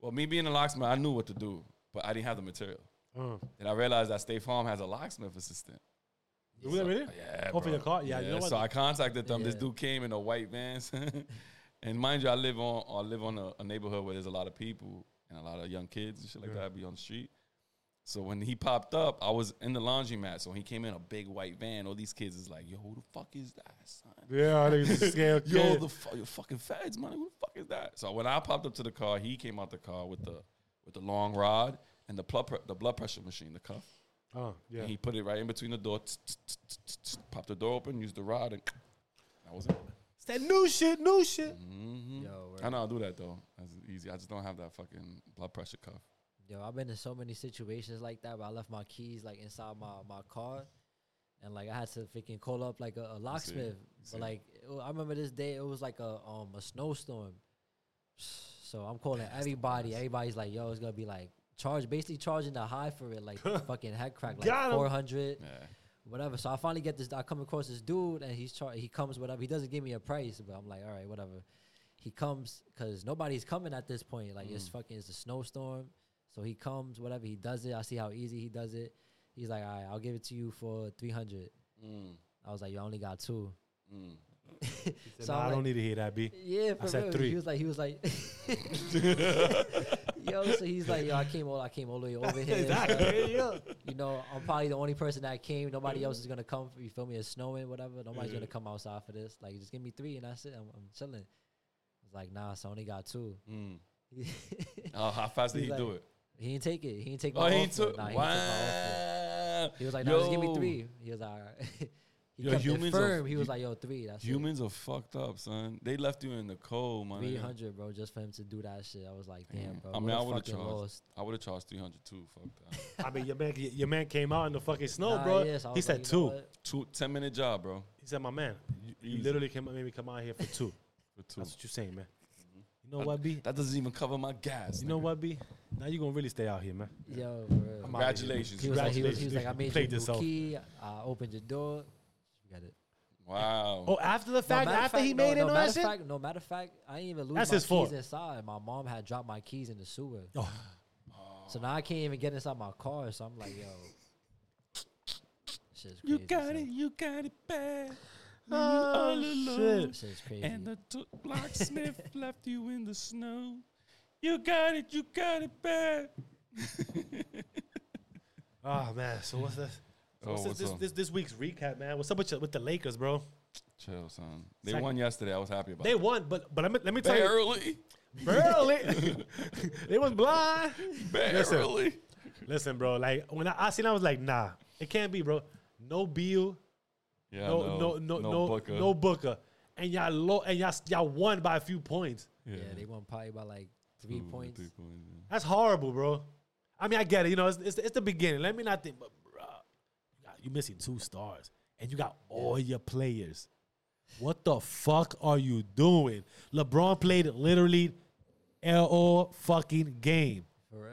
Speaker 3: Well, me being a locksmith, I knew what to do, but I didn't have the material.
Speaker 4: Uh.
Speaker 3: And I realized that State Farm has a locksmith assistant.
Speaker 4: Do we really?
Speaker 3: Yeah,
Speaker 4: Open
Speaker 3: bro.
Speaker 4: your car. Yeah, you know what?
Speaker 3: So I contacted them. This
Speaker 2: Yeah.
Speaker 3: dude came in a white van, and mind you, I live on I live on a, a neighborhood where there's a lot of people and a lot of young kids and shit like that. Be on the street. So when he popped up, I was in the laundromat. So when he came in a big white van, all these kids is like, "Yo, who the fuck is that, son?
Speaker 4: yeah, I think it's a scale.
Speaker 3: Yo, the fu- yo, fucking feds, man. Who the fuck is that?" So when I popped up to the car, he came out the car with the with the long rod and the blood pre- the blood pressure machine, the cuff.
Speaker 4: Oh, yeah.
Speaker 3: And he put it right in between the door, tsk, tsk, tsk, tsk, tsk, tsk, popped the door open, used the rod, and that was it. Mm-hmm.
Speaker 4: It's that new shit, new shit.
Speaker 2: Mm-hmm. yo, word.
Speaker 3: I know I'll do that though. That's easy. I just don't have that fucking blood pressure cuff.
Speaker 2: Yo, I've been in so many situations like that, but I left my keys like inside my, my car, and like I had to freaking call up like a, a locksmith.
Speaker 3: see.
Speaker 2: But like it wa- I remember this day, it was like a um a snowstorm, so I'm calling everybody. Everybody's like, "Yo, it's gonna be like charge, basically charging the high for it, like fucking head crack,
Speaker 4: Got
Speaker 2: like
Speaker 4: 'em.
Speaker 2: four hundred,
Speaker 3: Yeah.
Speaker 2: whatever." So I finally get this. I come across this dude, and he's char- he comes whatever. He doesn't give me a price, but I'm like, "All right, whatever." he comes because nobody's coming at this point. Like
Speaker 4: Mm.
Speaker 2: it's fucking it's a snowstorm. So he comes, whatever he does it. I see how easy he does it. He's like, all right, I'll give it to you for three hundred.
Speaker 3: Mm,
Speaker 2: I was like, you only got two.
Speaker 3: mm.
Speaker 2: So
Speaker 4: nah, I
Speaker 2: I'm
Speaker 4: don't
Speaker 2: like,
Speaker 4: need to hear that, B.
Speaker 2: yeah, for
Speaker 4: said
Speaker 2: real.
Speaker 4: three.
Speaker 2: He was like, he was like, yo. So he's like, yo, I came all, I came all the way over here.
Speaker 4: Exactly, yeah.
Speaker 2: You know, I'm probably the only person that came. Nobody else
Speaker 3: Mm.
Speaker 2: is gonna come. For, you feel me? It's snowing, whatever. Nobody's gonna come outside for this. Like, just give me three, and that's it. I'm, I'm chilling. It's like, nah, so I only got two.
Speaker 3: Mm. Oh, how fast did
Speaker 2: He's
Speaker 3: he do
Speaker 2: like-
Speaker 3: it?
Speaker 2: He didn't take it. He didn't take my
Speaker 3: Oh, he
Speaker 2: offer.
Speaker 3: took.
Speaker 2: Nah, he, didn't take my offer.
Speaker 3: wow.
Speaker 2: he was like, no, just give me
Speaker 3: Yo,
Speaker 2: three. He was like, all right. he
Speaker 3: Yo,
Speaker 2: kept it
Speaker 3: humans are-
Speaker 2: firm. He was
Speaker 3: hu-
Speaker 2: like, yo, three. That's human.
Speaker 3: Humans are fucked up, son. They left you in the cold, man.
Speaker 2: 300, bro, just for him to do that shit. I was like, damn, bro.
Speaker 3: I mean,
Speaker 2: what a
Speaker 3: I would have
Speaker 2: fucking
Speaker 3: charged.
Speaker 2: loss.
Speaker 3: I would have charged three hundred too. Fuck that.
Speaker 4: I mean, your man, your man came out in the fucking snow,
Speaker 2: Nah,
Speaker 4: bro.
Speaker 2: yeah, so I
Speaker 4: he
Speaker 2: was
Speaker 4: said
Speaker 2: like, you know
Speaker 4: two.
Speaker 2: what?
Speaker 3: Two, 10 minute job, bro.
Speaker 4: He said, "My man, you, you
Speaker 3: Easy.
Speaker 4: literally came, made me come out here for two.
Speaker 3: For two.
Speaker 4: That's what you saying, man.
Speaker 2: Mm-hmm.
Speaker 4: You know what, B?
Speaker 3: That doesn't even cover my gas.
Speaker 4: You know
Speaker 3: nigga.
Speaker 4: what, B? Now you gonna really stay out here, man.
Speaker 2: Yo, bro.
Speaker 4: I'm outta here.
Speaker 3: Congratulations.
Speaker 2: He was, like, he, was,
Speaker 4: Congratulations,
Speaker 2: he was like, I
Speaker 4: dude.
Speaker 2: made
Speaker 4: Played
Speaker 2: you
Speaker 4: yourself.
Speaker 2: a key. I opened your door. You got it.
Speaker 3: Wow.
Speaker 4: Oh, after the
Speaker 2: No,
Speaker 4: fact,
Speaker 2: matter of
Speaker 4: after he
Speaker 2: fact- no,
Speaker 4: made it
Speaker 2: no,
Speaker 4: and all
Speaker 2: matter
Speaker 4: that
Speaker 2: of
Speaker 4: shit.
Speaker 2: fact- No, matter of fact, I didn't even lose
Speaker 4: That's
Speaker 2: my
Speaker 4: his
Speaker 2: keys
Speaker 4: fault.
Speaker 2: inside. My mom had dropped my keys in the sewer.
Speaker 4: Oh.
Speaker 2: So now I can't even get inside my car. So I'm like, yo, shit's crazy.
Speaker 3: You got
Speaker 2: son.
Speaker 3: it, you got it bad. You
Speaker 4: Ah,
Speaker 3: all
Speaker 1: Oh,
Speaker 3: alone.
Speaker 1: shit.
Speaker 2: That shit's crazy.
Speaker 3: And the t- locksmith left you in the snow. You got it, you got it bad.
Speaker 4: Oh man, so what's this?
Speaker 3: Oh,
Speaker 4: So Oh, what's, this, this, this this week's recap, man? What's up with your, with the Lakers, bro?
Speaker 3: Chill, son. They
Speaker 4: Sec-
Speaker 3: won yesterday. I was happy about
Speaker 4: They
Speaker 3: it.
Speaker 4: won, but but let me, let me tell you,
Speaker 3: Barely.
Speaker 4: barely. they was blind. Listen.
Speaker 3: Barely.
Speaker 4: Listen, bro. Like when I, I seen, it, I was like, nah, it can't be, bro. No Beal,
Speaker 3: Yeah,
Speaker 4: no no no no
Speaker 3: Booker.
Speaker 4: no Booker, and y'all low and y'all y'all won by a few points.
Speaker 2: yeah, they won probably by like three
Speaker 3: Ooh, the
Speaker 2: points.
Speaker 3: three points, yeah.
Speaker 4: That's horrible, bro. I mean, I get it. You know, it's, it's, it's the beginning. Let me not think, but bro, you missing two stars, and you got all your players. What the fuck are you doing? LeBron played literally all fucking game.
Speaker 2: For real.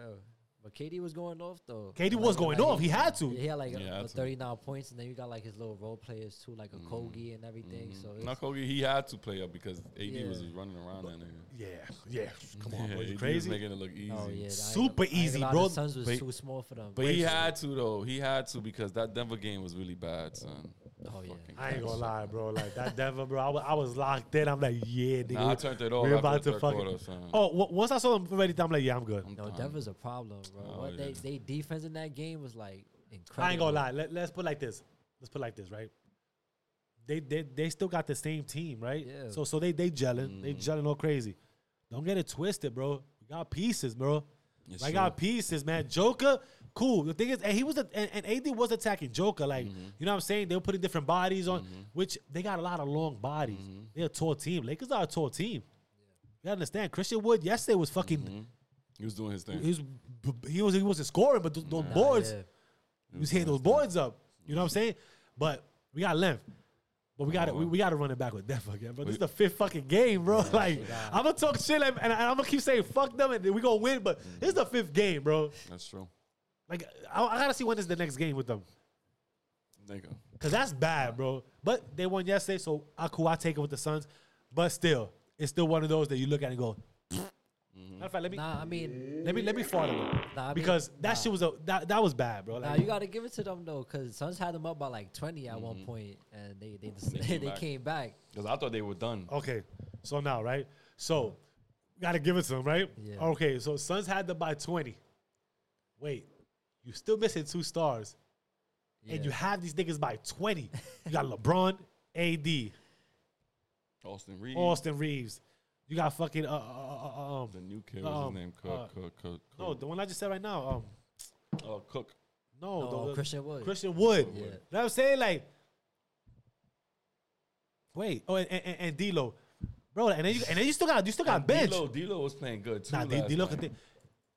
Speaker 2: But KD was going off though.
Speaker 4: KD
Speaker 2: And,
Speaker 4: was
Speaker 2: like,
Speaker 4: going
Speaker 2: like,
Speaker 4: off. He had to.
Speaker 2: Yeah, He had like a-
Speaker 3: Yeah,
Speaker 2: a
Speaker 3: that's a- Mm-hmm.
Speaker 2: 39 points, and then you got like his little role players too, like a Kogi and everything. So it's,
Speaker 3: Now Kobe, he had to play up because AD was
Speaker 2: Yeah.
Speaker 3: running around that nigga.
Speaker 4: Yeah, yeah. Come on,
Speaker 3: Yeah,
Speaker 4: bro.
Speaker 3: AD
Speaker 4: You
Speaker 3: was
Speaker 4: crazy?
Speaker 3: making it look easy.
Speaker 2: oh yeah, I ain't gonna-
Speaker 4: Super
Speaker 2: I ain't gonna
Speaker 4: easy,
Speaker 2: lie,
Speaker 4: bro.
Speaker 2: The Suns was
Speaker 3: But-
Speaker 2: too small for them.
Speaker 3: But he had to though. He had to because that Denver game was really bad, son.
Speaker 2: oh yeah,
Speaker 3: Fucking
Speaker 4: I ainain't gonna
Speaker 3: cocksucker.
Speaker 4: lie, bro. Like that Denver, bro. I wa- I was, locked in. I'm like, yeah, nigga.
Speaker 3: Nah, I turned it off
Speaker 4: we're
Speaker 3: after
Speaker 4: about
Speaker 3: the
Speaker 4: to
Speaker 3: third
Speaker 4: fucking-
Speaker 3: quarter, son.
Speaker 4: oh, w- once I saw him ready, I'm like, yeah, I'm good.
Speaker 3: I'm
Speaker 2: no,
Speaker 3: done.
Speaker 2: Denver's a problem, bro.
Speaker 3: Oh,
Speaker 2: what
Speaker 3: yeah.
Speaker 2: they they defense in that game was like incredible.
Speaker 4: I ain't gonna lie. Let, let's put it like this. Let's put it like this, right? They they they still got the same team, right?
Speaker 2: Yeah. Mm.
Speaker 4: So so they they gelling, they gelling all crazy. Don't get it twisted, bro. We got pieces, bro.
Speaker 3: Yes,
Speaker 4: I
Speaker 3: sir.
Speaker 4: got pieces, man. Joker, cool. The thing is, and he was a, and, and AD was attacking Joker, like
Speaker 2: Mm-hmm.
Speaker 4: you know what I'm saying. They were putting different bodies on, which they got a lot of long bodies.
Speaker 2: Mm-hmm.
Speaker 4: They're a tall team. Lakers are a tall team. You gotta understand. Christian Wood yesterday was fucking.
Speaker 2: Mm-hmm.
Speaker 3: He was doing his thing.
Speaker 4: He was he was he wasn't scoring, but th- those
Speaker 2: Nah,
Speaker 4: boards.
Speaker 2: yeah.
Speaker 4: You was hitting those boards up. You know what I'm saying? But we got length. But we got to we, we got to run it back with Denver again, bro. This is the fifth fucking game, bro. like
Speaker 2: got-
Speaker 4: I'm gonna talk shit and, and I'm gonna keep saying fuck them and we gonna win. But this is the fifth game, bro.
Speaker 3: That's true.
Speaker 4: Like I, I gotta see when is the next game with them
Speaker 3: Nigga.
Speaker 4: because that's bad, bro. But they won yesterday, so I cool. I take it with the Suns. But still, it's still one of those that you look at and go. Matter of fact, let me
Speaker 2: Mm-hmm. Nah, I mean,
Speaker 4: let me let me fart a little
Speaker 2: Nah, I mean-
Speaker 4: because that
Speaker 2: nah.
Speaker 4: shit was a that, that was bad, bro.
Speaker 2: Nah,
Speaker 4: Like,
Speaker 2: you gotta give it to them though, cause Suns had them up by like twenty at one point, and Mm-hmm. they they just, they,
Speaker 3: came
Speaker 2: came,
Speaker 3: back.
Speaker 2: back.
Speaker 3: Because I thought they were done.
Speaker 4: Okay, so now, right? So, gotta give it to them, right?
Speaker 2: Yeah.
Speaker 4: Okay, so Suns had them by 20. Wait, you still missing two stars, and you
Speaker 2: Yeah.
Speaker 4: have these niggas by 20. You got LeBron, AD,
Speaker 3: Austin Reed.
Speaker 4: Austin Reeves. You got fucking, uh, uh, uh, uh, um,
Speaker 3: The new kid, what's
Speaker 4: Um,
Speaker 3: his name? Cook,
Speaker 4: uh,
Speaker 3: Cook, Cook,
Speaker 4: no,
Speaker 3: Cook.
Speaker 4: the one I just said right now. Um,
Speaker 3: Oh, Cook.
Speaker 4: no,
Speaker 2: No,
Speaker 4: the- the-
Speaker 2: Christian Wood.
Speaker 4: Christian Wood.
Speaker 2: Yeah.
Speaker 4: You know what I'm saying? Like, wait. Oh, and, and, and- and D'Lo. Bro, and then you, and then you still got, you still got bench.
Speaker 3: D'Lo, D'Lo was playing good too.
Speaker 4: Nah, they,
Speaker 3: last
Speaker 4: they look
Speaker 3: night.
Speaker 4: at the-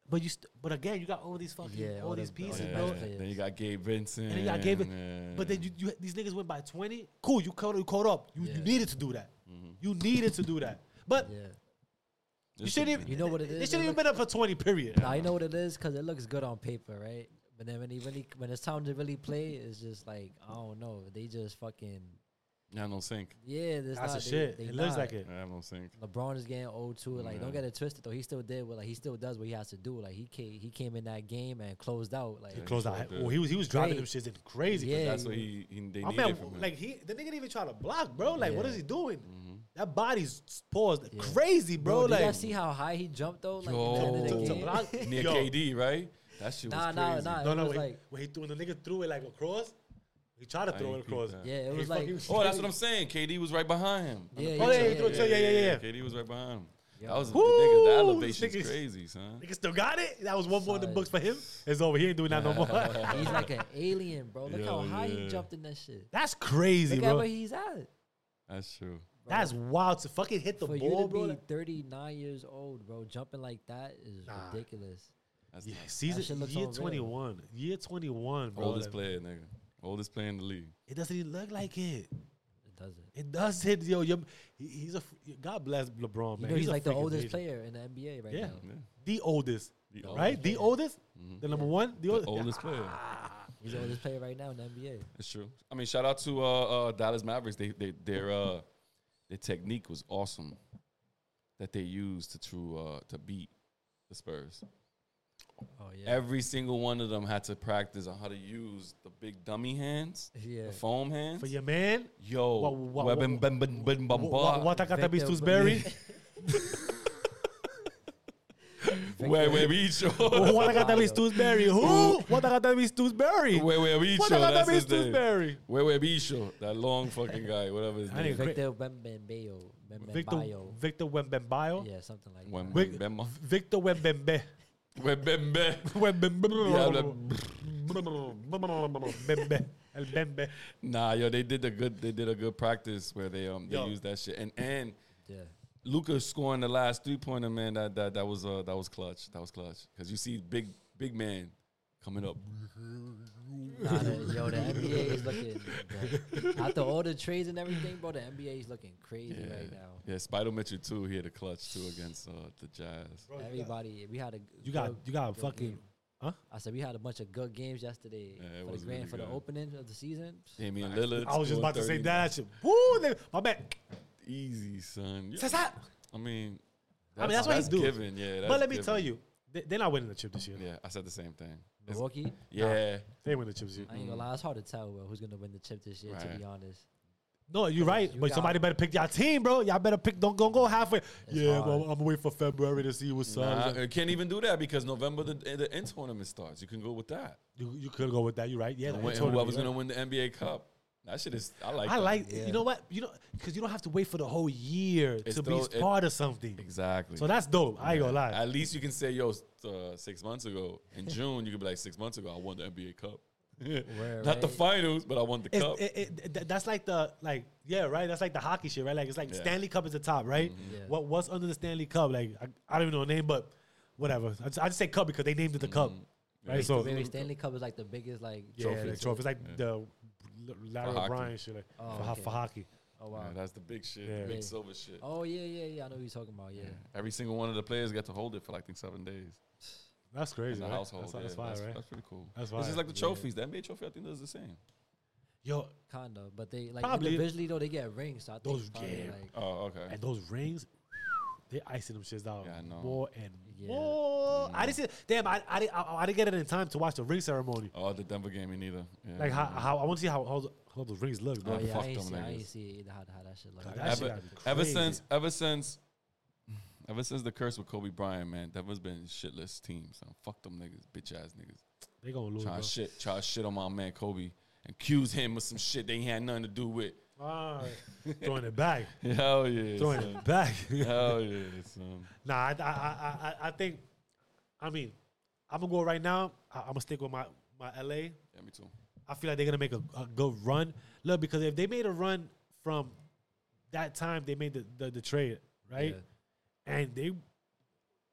Speaker 4: But you, st- but again, you got all these fucking,
Speaker 2: Yeah,
Speaker 4: all,
Speaker 2: all
Speaker 4: these
Speaker 2: the- all
Speaker 4: pieces,
Speaker 2: the
Speaker 3: Yeah.
Speaker 4: bro.
Speaker 2: bench players.
Speaker 3: Then you got Gabe Vincent.
Speaker 4: And then I gave it,
Speaker 3: and-
Speaker 4: but then you, you, these niggas went by twenty. Cool, you caught, you caught up. You, you
Speaker 2: Yeah.
Speaker 4: needed to do that. You needed to do that. But
Speaker 2: yeah.
Speaker 4: you
Speaker 3: This
Speaker 4: shouldn't
Speaker 3: shit-
Speaker 4: even.
Speaker 2: You know what it
Speaker 4: They
Speaker 2: is?
Speaker 4: shouldn't
Speaker 2: It
Speaker 4: even been up for twenty. Period.
Speaker 2: Now you know what it is, cause it looks good on paper, right? But then when he really, when it's time to really play, it's just like I don't know. They just fucking
Speaker 3: Yeah, no sink.
Speaker 2: yeah. There's
Speaker 4: That's
Speaker 2: not,
Speaker 4: the
Speaker 2: they-
Speaker 4: shit.
Speaker 2: they
Speaker 4: It looks
Speaker 2: not.
Speaker 4: like it.
Speaker 3: I have no sink.
Speaker 2: LeBron is getting old too. Like, don't
Speaker 3: Yeah.
Speaker 2: get it twisted though. He still did what like he still does what he has to do. Like he came, he came in that game and closed out. Like
Speaker 4: He closed out.
Speaker 3: Like that.
Speaker 4: Well, he was he was driving them
Speaker 2: Great.
Speaker 4: shits in crazy.
Speaker 2: Yeah,
Speaker 3: That's
Speaker 2: you-
Speaker 3: what he, he they
Speaker 4: My
Speaker 3: needed
Speaker 4: man,
Speaker 3: from him.
Speaker 4: like he, the nigga didn't even try to block, bro. Like, what
Speaker 2: Yeah.
Speaker 4: is he doing? Mm-hmm. That body's paused,
Speaker 2: Yeah.
Speaker 4: crazy, bro.
Speaker 2: bro, did y'all
Speaker 4: like,
Speaker 2: see how high he jumped though? Like
Speaker 3: Yo.
Speaker 2: in the end
Speaker 4: to to
Speaker 2: of the
Speaker 3: To
Speaker 2: game.
Speaker 4: block.
Speaker 3: near
Speaker 4: Yo.
Speaker 3: KD, right? That shit was
Speaker 2: Nah,
Speaker 3: crazy.
Speaker 2: nah, nah.
Speaker 4: No,
Speaker 2: it
Speaker 4: no,
Speaker 2: was
Speaker 4: when,
Speaker 2: like
Speaker 4: he, when he threw when the nigga threw it like across, he tried to
Speaker 3: I
Speaker 4: throw
Speaker 3: ain't
Speaker 4: it
Speaker 3: peeped
Speaker 4: across.
Speaker 3: that.
Speaker 2: Yeah, it
Speaker 4: He
Speaker 2: was like-
Speaker 4: fucking-
Speaker 3: Oh, that's what I'm saying. KD was right behind him.
Speaker 2: yeah,
Speaker 4: Oh, yeah,
Speaker 2: yeah,
Speaker 4: he threw it
Speaker 2: yeah,
Speaker 4: to- yeah, yeah, yeah, yeah.
Speaker 3: KD was right behind him.
Speaker 2: Yeah.
Speaker 3: That was the
Speaker 4: Woo,
Speaker 3: nigga. That
Speaker 4: this
Speaker 3: elevation's
Speaker 4: nigga's-
Speaker 3: crazy, son.
Speaker 4: Nigga still got it. That was one more in the
Speaker 2: Sorry.
Speaker 4: books for him. It's over. He ain't doing that no more.
Speaker 2: yeah. He's like an alien, bro. Look
Speaker 3: Yo,
Speaker 2: how high
Speaker 3: yeah.
Speaker 2: he jumped in that shit.
Speaker 4: That's crazy,
Speaker 2: Look at
Speaker 4: bro.
Speaker 2: where he's at.
Speaker 3: That's true.
Speaker 4: That's wild to fucking hit the
Speaker 2: For you
Speaker 4: ball,
Speaker 2: to
Speaker 4: bro.
Speaker 2: be
Speaker 4: Like-
Speaker 2: 39 years old, bro, jumping like that is
Speaker 4: Nah.
Speaker 2: ridiculous.
Speaker 3: That's
Speaker 4: Yeah,
Speaker 3: nice.
Speaker 2: shit
Speaker 4: season
Speaker 2: looks
Speaker 4: year
Speaker 2: unreal.
Speaker 4: twenty one, year twenty one, bro.
Speaker 3: Oldest
Speaker 4: Like,
Speaker 3: player, nigga. Oldest player in the league.
Speaker 4: It doesn't even look like it.
Speaker 2: It doesn't.
Speaker 4: It does hit, yo. Yo, he- he's a fr- God bless LeBron, man.
Speaker 2: You know, he's,
Speaker 4: a
Speaker 2: like the
Speaker 4: freaking
Speaker 2: oldest
Speaker 4: legend.
Speaker 2: player in the NBA right
Speaker 4: Yeah.
Speaker 2: now.
Speaker 3: Yeah.
Speaker 4: the oldest,
Speaker 3: The
Speaker 2: No.
Speaker 4: right?
Speaker 2: oldest
Speaker 4: The
Speaker 2: player.
Speaker 4: oldest, the number one, the,
Speaker 3: The
Speaker 4: oldest.
Speaker 3: oldest player.
Speaker 2: He's the oldest player right now in the NBA.
Speaker 3: It's true. I mean, shout out to uh, uh, Dallas Mavericks. They, they their uh, their technique was awesome that they used to to, uh, to beat the Spurs.
Speaker 2: Oh yeah.
Speaker 3: Every single one of them had to practice on how to use the big dummy hands,
Speaker 2: Yeah.
Speaker 3: the foam hands.
Speaker 4: For your man,
Speaker 3: Yo,
Speaker 4: Wha- wha-
Speaker 3: web
Speaker 4: wha-
Speaker 3: and bum- bum- bum- bum-
Speaker 4: Wa-
Speaker 3: ba.
Speaker 4: Watakata
Speaker 2: Victor
Speaker 4: Bistoothberry.
Speaker 3: where where we show,
Speaker 4: Watakata Bistoothberry. Who? Watakata Bistoothberry.
Speaker 3: where where we show.
Speaker 4: Watakata
Speaker 3: That's his name.
Speaker 4: Bistoothberry.
Speaker 3: Where where we show. That long fucking guy, whatever his
Speaker 4: I
Speaker 3: name.
Speaker 4: didn't-
Speaker 2: Victor Wembembayo.
Speaker 4: Victor
Speaker 2: Wembembayo.
Speaker 4: Victor Wembembio.
Speaker 2: Yeah, something like
Speaker 3: Wem-
Speaker 2: that.
Speaker 4: Vic-
Speaker 3: Bemba.
Speaker 4: Victor Wembembe.
Speaker 3: Webembe.
Speaker 4: Wembembe.
Speaker 3: Yeah,
Speaker 4: Bembe. El Bembe.
Speaker 3: Nah, yo, they did a good. They did a good practice where they um they
Speaker 4: Yo.
Speaker 3: used that shit and and.
Speaker 2: Yeah.
Speaker 3: Luca scoring the last three pointer, man, that that that was uh that was clutch. That was clutch. Cause you see big big man coming up.
Speaker 2: Nah, the, yo, the NBA is looking. bro. After all the trades and everything, bro, the NBA is looking crazy
Speaker 3: Yeah.
Speaker 2: right now.
Speaker 3: Yeah, Spider Mitchell too. He had a clutch too against uh the Jazz.
Speaker 2: Everybody, we had a.
Speaker 1: You got
Speaker 2: good-
Speaker 1: you got a
Speaker 2: good
Speaker 1: fucking
Speaker 2: game.
Speaker 1: huh?
Speaker 2: I said we had a bunch of good games yesterday
Speaker 3: Yeah, it
Speaker 2: for the
Speaker 3: was
Speaker 2: grand
Speaker 3: really
Speaker 2: for the
Speaker 3: good.
Speaker 2: opening of the season.
Speaker 3: Damian Lillard.
Speaker 4: I was just about
Speaker 3: scored
Speaker 4: to say
Speaker 3: 30.
Speaker 4: that shit. Woo, they- my man.
Speaker 3: Easy, son. Yeah,
Speaker 4: Sasa.
Speaker 3: I mean,
Speaker 4: I mean, that's what he's doing.
Speaker 3: Given. Yeah, that's
Speaker 4: But let me
Speaker 3: given.
Speaker 4: tell you, they- they're not winning the chip this year.
Speaker 3: Yeah, I said the same thing. It's-
Speaker 2: Milwaukee,
Speaker 3: yeah,
Speaker 4: They win the chip this year.
Speaker 2: I ain't gonna lie, it's hard to tell bro, who's gonna win the chip this year. To
Speaker 3: Mm. Right.
Speaker 2: be honest,
Speaker 4: No, you're right.
Speaker 2: You
Speaker 4: but
Speaker 2: got-
Speaker 4: somebody better pick your team, bro. Y'all better pick. Don't, don't go halfway. yeah,
Speaker 2: hard.
Speaker 4: well, I'm gonna wait for February to see what's
Speaker 3: nah,
Speaker 4: up.
Speaker 3: you can't even do that because November the the end tournament starts. You can go with that.
Speaker 4: You, you could go with that. You're right. Yeah, the
Speaker 3: And
Speaker 4: end
Speaker 3: when- and
Speaker 4: tournament,
Speaker 3: whoever's
Speaker 4: you're
Speaker 3: gonna win the NBA Cup, that shit is. I like.
Speaker 4: right. I
Speaker 3: that.
Speaker 4: like.
Speaker 2: Yeah.
Speaker 4: You know what? You know, because you don't have to wait for the whole year
Speaker 3: It's
Speaker 4: to be
Speaker 3: though- it-
Speaker 4: part of something.
Speaker 3: exactly.
Speaker 4: So that's dope. I ain't gonna lie.
Speaker 3: At least you can say, yo, s- uh, six months ago in June, you could be like, six months ago, I won the NBA Cup. Not the
Speaker 2: right.
Speaker 3: finals, but I won the
Speaker 4: It's-
Speaker 3: cup.
Speaker 4: it- it- th- that's like the like yeah right. That's like the hockey shit right. Like it's like
Speaker 3: Yeah. Mm-hmm.
Speaker 4: Stanley Cup is the top right.
Speaker 2: Yeah.
Speaker 4: What what's under the Stanley Cup? Like I, I don't even know the name, but whatever. I just, I just say cup because they named it the cup.
Speaker 3: Mm-hmm.
Speaker 4: Right. So
Speaker 2: Maybe Stanley Cup is like the biggest like
Speaker 4: Yeah,
Speaker 2: trophy.
Speaker 4: like trophy. It's like the Larry
Speaker 3: hockey.
Speaker 4: O'Brien shit, like
Speaker 2: Oh,
Speaker 4: for, ho-
Speaker 2: okay.
Speaker 4: for hockey.
Speaker 2: Oh
Speaker 3: Yeah,
Speaker 2: wow.
Speaker 3: that's the big shit,
Speaker 4: Yeah.
Speaker 3: the big
Speaker 2: Yeah.
Speaker 3: silver shit.
Speaker 2: Oh yeah, yeah, yeah. I know what you're talking about. Yeah.
Speaker 3: Every single one of the players got to hold it for like I think seven days
Speaker 4: That's crazy.
Speaker 3: in the
Speaker 4: right?
Speaker 3: household.
Speaker 4: That's,
Speaker 3: yeah,
Speaker 4: that's fire, right?
Speaker 3: that's pretty cool.
Speaker 4: That's
Speaker 3: This
Speaker 4: fire.
Speaker 3: is like the
Speaker 2: Yeah.
Speaker 3: trophies. The NBA trophy, I think, does the same.
Speaker 4: Yo,
Speaker 2: Kinda, but they like
Speaker 4: Probably.
Speaker 2: individually though they get rings. So I think
Speaker 4: Those-
Speaker 2: it's probably,
Speaker 4: yeah.
Speaker 2: like,
Speaker 3: Oh, okay.
Speaker 4: and those rings, they icing them shits out
Speaker 3: Yeah, I know.
Speaker 4: more and
Speaker 2: Yeah.
Speaker 4: more. I didn't see. Damn, I, I, didn't, I, I didn't get it in time to watch the ring ceremony.
Speaker 3: Oh, the Denver game, me neither. Yeah.
Speaker 4: Like how, how I want to see how how, the- how those rings look, bro.
Speaker 2: oh
Speaker 3: Yeah,
Speaker 2: yeah,
Speaker 3: fuck
Speaker 2: I ain't,
Speaker 3: them
Speaker 2: see, I
Speaker 3: niggas.
Speaker 2: ain't see it either how, how that shit look.
Speaker 4: God,
Speaker 2: That
Speaker 4: that shit
Speaker 3: Ever-
Speaker 4: gotta be
Speaker 3: ever
Speaker 4: crazy.
Speaker 3: since, ever since, ever since the curse with Kobe Bryant, man, Denver's been shitless team. So fuck them niggas, bitch ass niggas.
Speaker 4: they gonna lose.
Speaker 3: Try
Speaker 4: Bro.
Speaker 3: to shit, try to shit on my man Kobe, and accuse him of some shit they ain't had nothing to do with.
Speaker 4: Ah, throwing it back,
Speaker 3: Hell yeah.
Speaker 4: throwing
Speaker 3: son.
Speaker 4: it back.
Speaker 3: Hell yeah. son.
Speaker 4: Nah, I, I, I, I, I think, I mean, I'm gonna go right now. I, I'm gonna stick with my my LA.
Speaker 3: Yeah, me too.
Speaker 4: I feel like they're gonna make a, a good run. Look, because if they made a run from that time they made the, the, the trade, right? And they,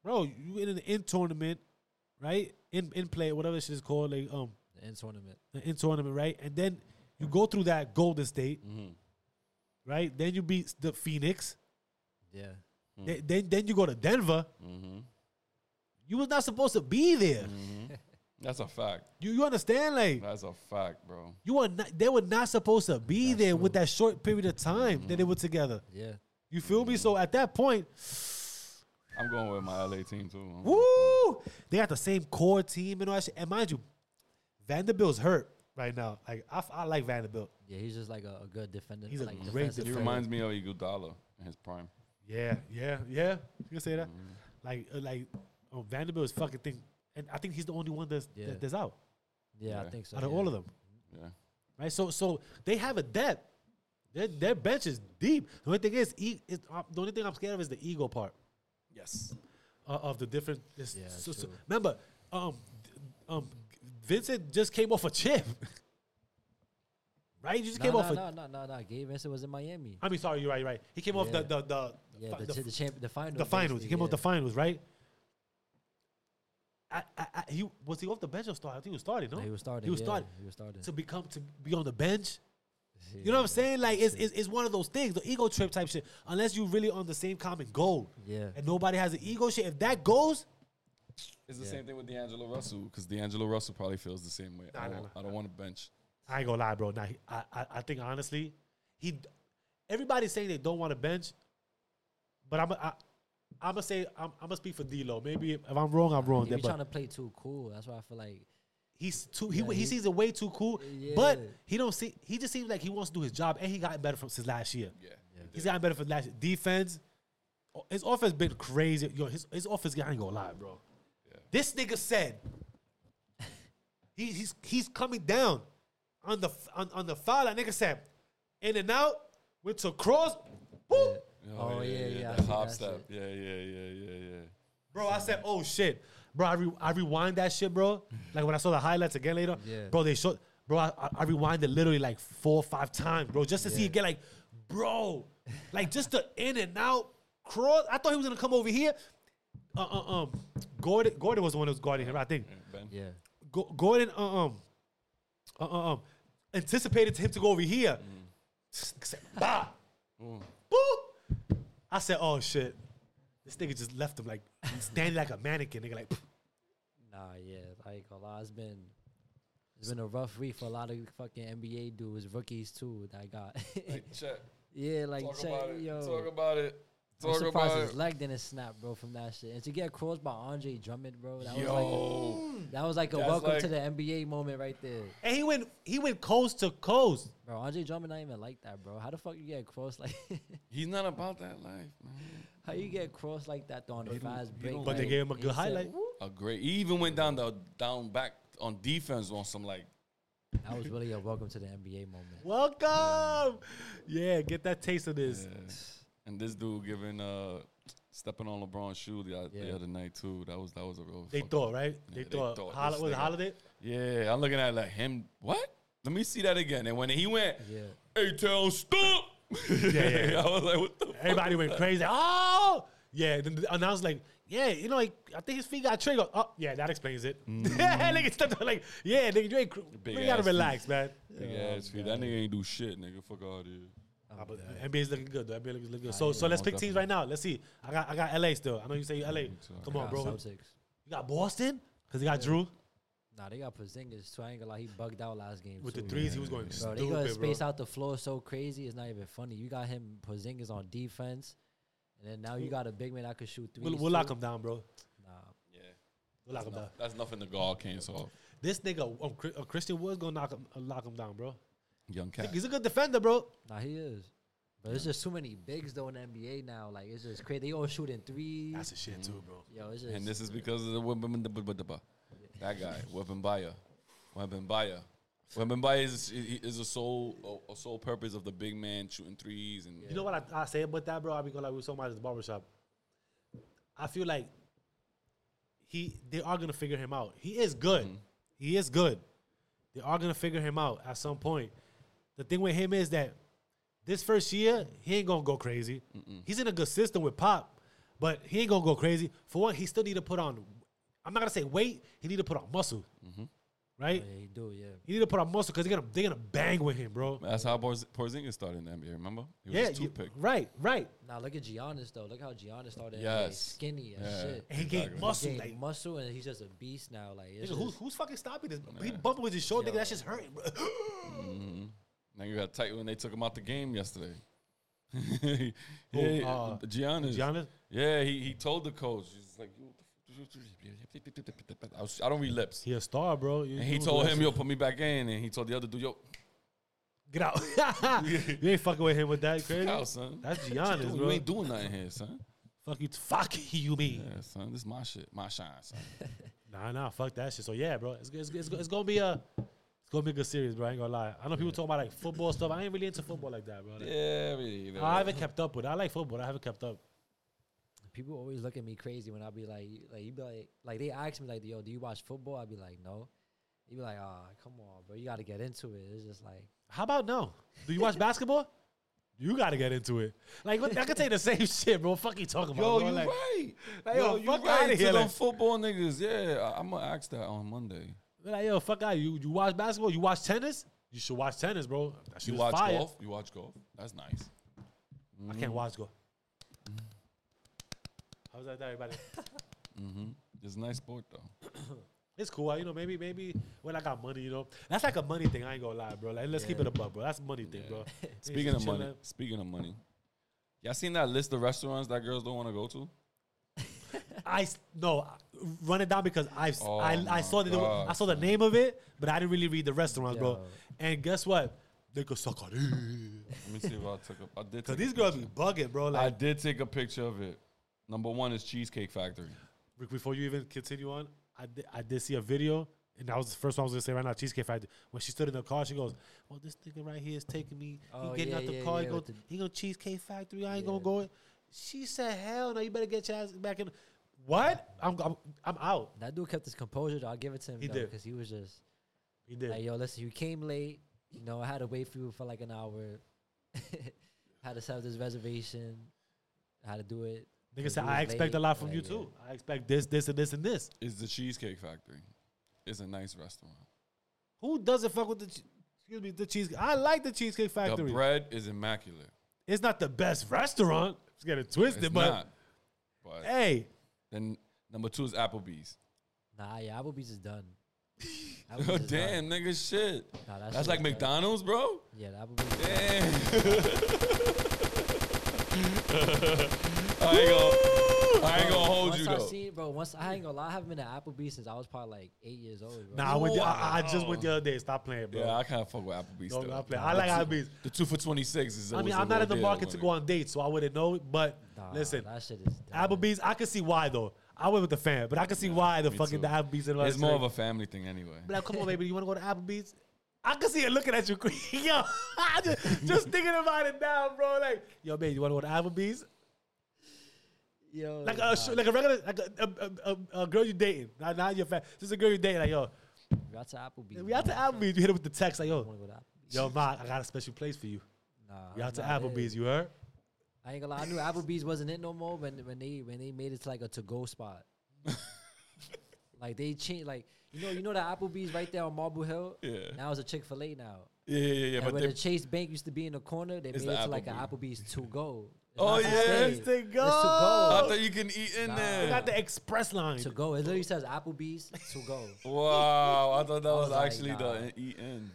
Speaker 4: bro, you in an in tournament, right? In in play, whatever this shit is called, like um,
Speaker 2: the end tournament.
Speaker 4: the in tournament, right? And then you go through that Golden State, right? Then you beat the Phoenix.
Speaker 2: Yeah.
Speaker 4: Then, then then you go to Denver. You was not supposed to be there.
Speaker 3: That's a fact.
Speaker 4: You you understand, like.
Speaker 3: That's a fact, bro.
Speaker 4: You are not. They were not supposed to be there with that short period of time that
Speaker 2: Mm-hmm.
Speaker 4: they were together.
Speaker 2: Yeah.
Speaker 4: You feel me? So at that point,
Speaker 3: I'm going with my LA team too. I'm-
Speaker 4: woo, they got the same core team and all that shit. And mind you, Vanderbilt's hurt right now. Like I, f- I like Vanderbilt.
Speaker 2: Yeah, he's just like a, a good defender.
Speaker 4: He's a
Speaker 2: like
Speaker 4: great
Speaker 2: defensive
Speaker 3: He
Speaker 4: defender.
Speaker 2: forward.
Speaker 3: reminds me of Iguodala in his prime.
Speaker 4: Yeah, yeah, yeah. You can say that.
Speaker 2: Mm-hmm.
Speaker 4: Like, uh, like oh, Vanderbilt's fucking thing. And I think he's the only one that's
Speaker 2: Yeah.
Speaker 4: that- that's out
Speaker 2: Yeah, I
Speaker 3: Yeah.
Speaker 2: think so.
Speaker 4: out of
Speaker 2: yeah.
Speaker 4: all of them.
Speaker 3: Yeah.
Speaker 4: Right. So so they have a depth. Their their bench is deep. The only thing is, e- is uh, the only thing I'm scared of is the ego part.
Speaker 3: Yes.
Speaker 4: uh, of the different. This,
Speaker 2: Yeah,
Speaker 4: so, so-
Speaker 2: true.
Speaker 4: remember, um, d- um, Vincent just came off a chip, right? You just
Speaker 2: No,
Speaker 4: came
Speaker 2: no,
Speaker 4: off. a,
Speaker 2: no, no, no, no. Gabe Vincent was in Miami.
Speaker 4: I mean, sorry, you're right. You're right. He came off
Speaker 2: Yeah.
Speaker 4: the the the
Speaker 2: Yeah,
Speaker 4: fi-
Speaker 2: the,
Speaker 4: the,
Speaker 2: the, the, champ, the finals.
Speaker 4: the finals. He
Speaker 2: basically,
Speaker 4: came off
Speaker 2: yeah.
Speaker 4: the finals, right? I, I, I, he was he off the bench or start? I think he was starting. No,
Speaker 2: No, He was starting.
Speaker 4: He was
Speaker 2: yeah,
Speaker 4: starting
Speaker 2: He was starting.
Speaker 4: to become to be on the bench. You know what I'm saying? Like it's, it's it's one of those things, the ego trip type shit. Unless you really on the same common goal,
Speaker 2: Yeah.
Speaker 4: and nobody has an ego shit. If that goes,
Speaker 3: It's the
Speaker 2: Yeah.
Speaker 3: same thing with D'Angelo Russell because D'Angelo Russell probably feels the same way.
Speaker 4: Nah,
Speaker 3: I
Speaker 4: nah,
Speaker 3: don't,
Speaker 4: nah.
Speaker 3: I don't want to bench.
Speaker 4: I ain't gonna lie, bro. Now he- I, I, I think honestly, he everybody's saying they don't want to bench, but I'm I, I'm gonna say I'm, I'm gonna speak for D'Lo. Maybe if I'm wrong, I'm wrong.
Speaker 2: He
Speaker 4: There,
Speaker 2: be
Speaker 4: but
Speaker 2: trying to play too cool. That's why I feel like
Speaker 4: he's too he,
Speaker 2: Yeah,
Speaker 4: he
Speaker 2: he-
Speaker 4: sees it way too cool. But
Speaker 2: Yeah.
Speaker 4: he don't see he just seems like he wants to do his job, and he got better from since last year.
Speaker 3: Yeah.
Speaker 4: He's gotten better for last year. Defense, oh, his offense been crazy. Yo, his his offense, I ain't gonna lie, bro.
Speaker 3: Yeah.
Speaker 4: This nigga said he, he's he's coming down on the on, on the foul. That nigga said in and out with to cross. Woo!
Speaker 2: Oh, yeah, yeah, I
Speaker 3: The
Speaker 2: see
Speaker 3: hop
Speaker 2: that
Speaker 3: step. Yeah, yeah, yeah, yeah, yeah.
Speaker 4: Bro, I said, oh shit, bro. I, re- I rewind that shit, bro. Like when I saw the highlights again later,
Speaker 2: Yeah.
Speaker 4: bro. They showed, bro. I, I, I rewinded literally like four or five times, bro, just to see
Speaker 2: Yeah.
Speaker 4: it get like, bro, like just the in and out cross. I thought he was gonna come over here. Uh, uh, um, Gordon, Gordon was the one that was guarding him, I think.
Speaker 3: Ben.
Speaker 2: yeah,
Speaker 4: Go- Gordon, uh, um, uh, uh, um, anticipated him to go over here. Said, bah, boop. I said, oh shit. This nigga just left him like standing like a mannequin. Nigga, like.
Speaker 2: nah, yeah. I ain't gonna lie. It's been it's been a rough week for a lot of fucking NBA dudes, rookies too. That I got
Speaker 3: Like, check.
Speaker 2: yeah, like
Speaker 3: Talk
Speaker 2: check,
Speaker 3: about it.
Speaker 2: yo.
Speaker 3: Talk about it.
Speaker 2: I'm
Speaker 3: Talk
Speaker 2: surprised
Speaker 3: about
Speaker 2: his
Speaker 3: it.
Speaker 2: leg didn't snap, bro, from that shit. And to get crossed by Andre Drummond, bro, that was
Speaker 3: Yo.
Speaker 2: like that was like a
Speaker 3: That's
Speaker 2: welcome to
Speaker 3: like-
Speaker 2: the NBA moment right there,
Speaker 4: And he went he went coast to coast.
Speaker 2: bro. Andre Drummond not even like that, bro. How the fuck you get crossed like?
Speaker 3: He's not about that life, man.
Speaker 2: how you get crossed like that though on the
Speaker 3: He don't-
Speaker 2: fast
Speaker 3: he
Speaker 2: break?
Speaker 3: don't
Speaker 4: But they
Speaker 2: like,
Speaker 4: gave him a
Speaker 2: he
Speaker 4: good
Speaker 2: said,
Speaker 4: highlight.
Speaker 2: "Whoop."
Speaker 3: A great. He even went down the down back on defense on some like
Speaker 2: That was really a welcome to the NBA moment.
Speaker 4: Welcome. Yeah, get that taste of this.
Speaker 3: And this dude giving uh stepping on LeBron's shoe the, uh, the
Speaker 2: Yeah.
Speaker 3: other night too. That was that was a real.
Speaker 4: They
Speaker 3: fucking-
Speaker 4: thought, right?
Speaker 3: Yeah,
Speaker 4: They
Speaker 3: they
Speaker 4: thought,
Speaker 3: thought
Speaker 4: Hol-
Speaker 3: this
Speaker 4: was it
Speaker 3: nigga-
Speaker 4: holiday?
Speaker 3: Yeah, I'm looking at it like him. What? Let me see that again. And when he went,
Speaker 2: Yeah.
Speaker 3: hey, town, stop.
Speaker 4: yeah, yeah.
Speaker 3: I was like, what the? fuck?
Speaker 4: Everybody went crazy. Oh yeah. Then the announcer like, yeah, you know, like I think his feet got triggered. Oh, yeah, that explains it. nigga stepped on like, yeah, nigga, you ain't cr-
Speaker 3: Big
Speaker 4: you gotta
Speaker 3: ass
Speaker 4: relax, man.
Speaker 2: oh,
Speaker 3: Yeah, it's free. That nigga ain't do shit, nigga. Fuck all dude.
Speaker 4: Nah, but NBA's looking good though. NBA looking looking good. So so let's pick teams right now. Let's see. I got I got LA still. I know you say LA. Come on,
Speaker 2: Nah,
Speaker 4: bro.
Speaker 2: Celtics.
Speaker 4: You got Boston? Because they got Drew
Speaker 2: Nah, they got Porzingis too. I ain't gonna lie, he bugged out last game.
Speaker 4: with the
Speaker 2: too.
Speaker 4: threes. He was going
Speaker 2: Bro,
Speaker 4: stupid,
Speaker 2: they gonna
Speaker 4: bro.
Speaker 2: space out the floor so crazy. It's not even funny. You got him Porzingis on defense, and then now you got a big man that could shoot 3
Speaker 4: We'll, we'll lock him down, bro.
Speaker 2: Nah,
Speaker 3: Yeah,
Speaker 4: We'll lock him down.
Speaker 3: that's nothing the guard can't solve.
Speaker 4: This nigga, um, Chri- uh, Christian Wood's gonna knock him, uh, lock him down, bro.
Speaker 3: Young cat.
Speaker 4: He's a good defender, bro.
Speaker 2: nah, he is. But it's just too many bigs though in the NBA now. Like it's just crazy. They all shooting threes.
Speaker 4: That's a shit too, bro.
Speaker 2: Yo, it's just
Speaker 3: And this is because of the women. That guy, Weapon Buyer. Weapon Buyer. Weapon Buyer is, is a sole a sole purpose of the big man shooting threes and
Speaker 4: You know what I, I say about that, bro? I be going like we were talking about at the barbershop. I feel like he they are gonna figure him out. He is good.
Speaker 3: Mm-hmm.
Speaker 4: He is good. They are gonna figure him out at some point. The thing with him is that this first year he ain't gonna go crazy. He's in a good system with Pop, but he ain't gonna go crazy. For one, he still need to put on. I'm not gonna say weight. He need to put on muscle,
Speaker 3: Mm-hmm.
Speaker 4: right?
Speaker 2: yeah, he do yeah.
Speaker 4: He need to put on muscle because they're gonna they're gonna bang with him, bro.
Speaker 3: That's how Porz- Porzingis started in the NBA. Remember? He was
Speaker 4: yeah,
Speaker 3: just
Speaker 4: you-
Speaker 3: toothpick.
Speaker 4: right, right.
Speaker 2: Now look at Giannis though. Look how Giannis started.
Speaker 3: Yes.
Speaker 2: Yes. Skinny as
Speaker 3: Yeah.
Speaker 2: shit.
Speaker 4: And he gained
Speaker 3: Exactly.
Speaker 4: muscle.
Speaker 2: Gained
Speaker 4: like,
Speaker 2: muscle and he's just a beast now. Like it's
Speaker 4: Nigga, who's,
Speaker 2: just-
Speaker 4: who's fucking stopping this? He bumping with his shoulder, nigga. That shit's hurting, bro.
Speaker 3: Now you got tight when they took him out the game yesterday. yeah,
Speaker 4: uh,
Speaker 3: Giannis.
Speaker 4: Giannis?
Speaker 3: Yeah, he, he told the coach. He's like, "You- I, was, I don't read lips.
Speaker 4: He a star, bro. You-
Speaker 3: And he
Speaker 4: you
Speaker 3: told
Speaker 4: was-
Speaker 3: him, yo, put me back in. And he told the other dude, yo,
Speaker 4: get out. you ain't fucking with him with that, you crazy.
Speaker 3: out, son.
Speaker 4: That's
Speaker 3: What
Speaker 4: Giannis,
Speaker 3: you doing?
Speaker 4: bro.
Speaker 3: You ain't doing nothing here, son.
Speaker 4: fuck you, fuck you, me.
Speaker 3: Yeah, son. This is my shit. My shine, son.
Speaker 4: Nah, nah, fuck that shit. So yeah, bro, it's, it's, it's, it's gonna be a, it's gonna be a good series, bro. I ain't gonna lie. I know people talking about like football stuff. I ain't really into football like that, bro. Like,
Speaker 3: yeah, really.
Speaker 4: I haven't kept up with. it. I like football. I haven't kept up.
Speaker 2: people always look at me crazy when I be like, like you be like, like they ask me like, yo, do you watch football? I be like, no. You be like, ah, come on, bro, you got to get into it. It's just like,
Speaker 4: How about no? Do you watch basketball? You gotta get into it. Like what, I could say the same shit, bro. Fuck you talking about?
Speaker 3: Yo,
Speaker 4: bro?
Speaker 3: you
Speaker 4: Like,
Speaker 3: right.
Speaker 4: like, yo,
Speaker 3: yo, you
Speaker 4: fuck
Speaker 3: right
Speaker 4: outta
Speaker 3: to
Speaker 4: here,
Speaker 3: them
Speaker 4: like-
Speaker 3: football niggas. Yeah, I, I'm gonna ask that on Monday.
Speaker 4: Like, yo, fuck out. You you watch basketball? You watch tennis? You should watch tennis, bro. That shit
Speaker 3: You
Speaker 4: is
Speaker 3: watch
Speaker 4: fire.
Speaker 3: golf? You watch golf? That's nice.
Speaker 4: I can't watch golf. Mm. How's that, everybody?
Speaker 3: Mm-hmm. It's a nice sport though.
Speaker 4: It's cool. You know, maybe maybe when I got money, you know, that's like a money thing. I ain't gonna lie, bro. Like, let's keep it above, bro. That's a money thing, bro.
Speaker 3: Speaking
Speaker 4: Just
Speaker 3: of money,
Speaker 4: chilling.
Speaker 3: speaking of money, y'all seen that list of restaurants that girls don't want to go to?
Speaker 4: I s- no run it down because I've s-
Speaker 3: Oh
Speaker 4: I, I
Speaker 3: my
Speaker 4: saw that there were-
Speaker 3: God,
Speaker 4: I saw the name of it, but I didn't really read the restaurants, bro.
Speaker 2: Yo.
Speaker 4: And guess what? They could suck on it.
Speaker 3: Let me see if I took a. I did.
Speaker 4: Cause
Speaker 3: take
Speaker 4: these
Speaker 3: a
Speaker 4: girls be
Speaker 3: picture.
Speaker 4: bugging, bro.
Speaker 3: I
Speaker 4: Like
Speaker 3: did take a picture of it. Number one is Cheesecake Factory.
Speaker 4: Rick, before you even continue on, I did, I did see a video, and that was the first one I was gonna say right now. Cheesecake Factory. When she stood in the car, she goes, "Oh, this nigga right here is taking me.
Speaker 2: Oh,
Speaker 4: he getting
Speaker 2: yeah,
Speaker 4: out the
Speaker 2: yeah,
Speaker 4: car.
Speaker 2: yeah,
Speaker 4: he go,
Speaker 2: with the-
Speaker 4: he go Cheesecake Factory. I ain't
Speaker 2: Yeah.
Speaker 4: gonna go." in." She said, "Hell no, you better get your ass back in." What? I'm I'm, I'm out.
Speaker 2: That dude kept his composure. Though. I'll give it to him.
Speaker 4: He
Speaker 2: though,
Speaker 4: did.
Speaker 2: because he was just
Speaker 4: He did.
Speaker 2: like, "Yo, listen, you came late. You know, I had to wait for you for like an hour. had to set up this reservation. How to do it?
Speaker 4: Nigga said,
Speaker 2: he
Speaker 4: I
Speaker 2: was
Speaker 4: expect a
Speaker 2: late,
Speaker 4: lot from you
Speaker 2: like,
Speaker 4: too. I expect this, this, and this, and this.
Speaker 3: Is the Cheesecake Factory. It's a nice restaurant.
Speaker 4: Who doesn't fuck with the, che- excuse me, the cheesecake? I like the Cheesecake Factory.
Speaker 3: The bread is immaculate.
Speaker 4: it's not the best restaurant. It's getting twisted,
Speaker 3: It's
Speaker 4: but
Speaker 3: not. But
Speaker 4: hey,
Speaker 3: then number two is Applebee's.
Speaker 2: Nah, yeah, Applebee's is done. Applebee's
Speaker 3: Oh
Speaker 2: is done.
Speaker 3: damn, nigga, shit.
Speaker 2: Nah, that shit
Speaker 3: That's like
Speaker 2: is done.
Speaker 3: McDonald's, bro.
Speaker 2: Yeah, the Applebee's. is done.
Speaker 3: Damn. I ain't gonna, I ain't gonna hold
Speaker 2: once
Speaker 3: you
Speaker 2: I
Speaker 3: though.
Speaker 2: seen, bro, once I ain't gonna lie, I haven't been to Applebee's since I was probably like eight years old. Bro.
Speaker 4: nah, I, went the, I, I just went the other day. Stop playing, bro.
Speaker 3: Yeah, I kind of fuck with Applebee's.
Speaker 4: Don't
Speaker 3: though.
Speaker 4: not play. I like Applebee's.
Speaker 3: The two for twenty six is.
Speaker 4: I mean, I'm not in the market to go on dates, so I wouldn't know. But
Speaker 2: Nah,
Speaker 4: listen,
Speaker 2: that shit is done.
Speaker 4: Applebee's, I can see why though. I went with the fan, but I can see why the
Speaker 3: me
Speaker 4: fucking
Speaker 3: too.
Speaker 4: the Applebee's. and all
Speaker 3: It's
Speaker 4: that
Speaker 3: more
Speaker 4: shit.
Speaker 3: of a family thing anyway.
Speaker 4: Be like, come on, baby, you want to go to Applebee's? I can see it looking at you, yo. I just, just thinking about it now, bro. Like, yo, baby, you want to go to Applebee's?
Speaker 2: Yo,
Speaker 4: Like uh,
Speaker 2: nah,
Speaker 4: a sh like a regular, like a, a, a, a, a girl you dating, not, not your fan. Just a girl you dating, like, yo,
Speaker 2: we out to Applebee's.
Speaker 4: we out to
Speaker 2: bro.
Speaker 4: Applebee's. You hit it with the text, like,
Speaker 2: I
Speaker 4: yo,
Speaker 2: wanna go to Applebee's.
Speaker 4: yo, ma, I got a special place for you.
Speaker 2: Nah,
Speaker 4: We out to
Speaker 2: nah,
Speaker 4: Applebee's.
Speaker 2: yeah.
Speaker 4: You heard?
Speaker 2: I ain't gonna lie. I knew Applebee's wasn't it no more when when they when they made it to like a to go spot. like they changed, like you know you know the Applebee's right there on Marble Hill.
Speaker 3: Yeah.
Speaker 2: Now it's a Chick Fil A now.
Speaker 3: Yeah, yeah, yeah.
Speaker 2: and
Speaker 3: but
Speaker 2: when
Speaker 3: they,
Speaker 2: the Chase Bank used to be in the corner, they made
Speaker 3: It's
Speaker 2: it
Speaker 3: the
Speaker 2: to like an
Speaker 3: Applebee.
Speaker 2: Applebee's to go. It's
Speaker 3: Oh,
Speaker 2: not
Speaker 3: yeah.
Speaker 2: stay.
Speaker 3: It's
Speaker 2: It's
Speaker 4: to
Speaker 2: to
Speaker 3: I
Speaker 2: go.
Speaker 3: thought you can eat in
Speaker 2: Nah.
Speaker 4: We
Speaker 3: there.
Speaker 4: got the express line.
Speaker 2: To go. It literally says Applebee's to go.
Speaker 3: Wow, I thought that
Speaker 2: was
Speaker 3: was,
Speaker 2: like,
Speaker 3: actually
Speaker 2: nah.
Speaker 3: the eat in.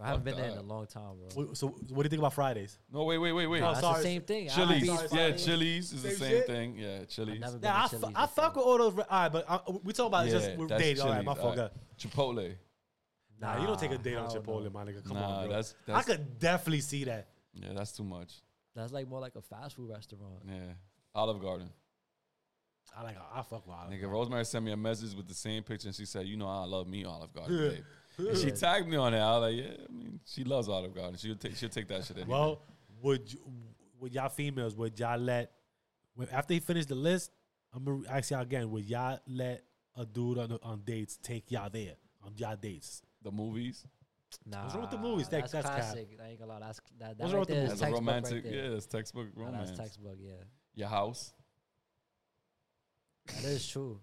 Speaker 2: I haven't been there in a
Speaker 3: that.
Speaker 2: long time, bro.
Speaker 4: Wait, So, what do you think about Fridays?
Speaker 3: No, wait, wait, wait, wait.
Speaker 4: Oh,
Speaker 2: That's
Speaker 4: sorry.
Speaker 2: the same thing.
Speaker 3: Chili's,
Speaker 2: Applebee's
Speaker 3: yeah,
Speaker 2: Fridays.
Speaker 3: Chili's is the
Speaker 4: Same
Speaker 3: same
Speaker 4: shit?
Speaker 3: thing. Yeah, Chili's.
Speaker 2: I've never been
Speaker 4: Yeah, I,
Speaker 2: to
Speaker 4: f-
Speaker 2: Chili's
Speaker 4: I
Speaker 2: before.
Speaker 4: fuck with all those. All right, but uh, we talking about just
Speaker 3: Yeah,
Speaker 4: with
Speaker 3: that's
Speaker 4: dates. All right, my
Speaker 3: Chili's. All
Speaker 4: fuck.
Speaker 3: right. Chipotle.
Speaker 4: Nah, you don't take a date on
Speaker 2: hell no.
Speaker 4: Chipotle, my nigga. Come
Speaker 3: Nah,
Speaker 4: on, bro.
Speaker 3: that's- that's-
Speaker 4: I could definitely see that.
Speaker 3: Yeah, that's too much.
Speaker 2: That's like more like a fast food restaurant.
Speaker 3: Yeah, Olive Garden.
Speaker 4: I like. I fuck with Olive.
Speaker 3: Nigga, Rosemary sent me a message with the same picture, and she said, "You know, I love me Olive Garden,
Speaker 4: Yeah.
Speaker 3: babe." And she tagged me on it. I was like, "Yeah, I mean, she loves Olive Garden. She'll take, she'll take that shit." Anyway.
Speaker 4: Well, would you, would y'all females would y'all let when, after he finished the list? I'm gonna ask y'all again. Would y'all let a dude on on dates take y'all there on y'all dates?
Speaker 3: the movies.
Speaker 2: Nah,
Speaker 4: What's wrong with the movies? That-
Speaker 2: That's,
Speaker 4: that's cap.
Speaker 2: classic. I ain't gonna lie. That's that. that
Speaker 4: What's
Speaker 2: right
Speaker 4: wrong with the
Speaker 2: there is
Speaker 4: movies?
Speaker 3: That's a
Speaker 2: textbook right
Speaker 3: romantic.
Speaker 2: there.
Speaker 3: yeah, that's textbook
Speaker 2: Nah,
Speaker 3: romance.
Speaker 2: that's textbook. Yeah,
Speaker 3: Your house.
Speaker 2: that is true.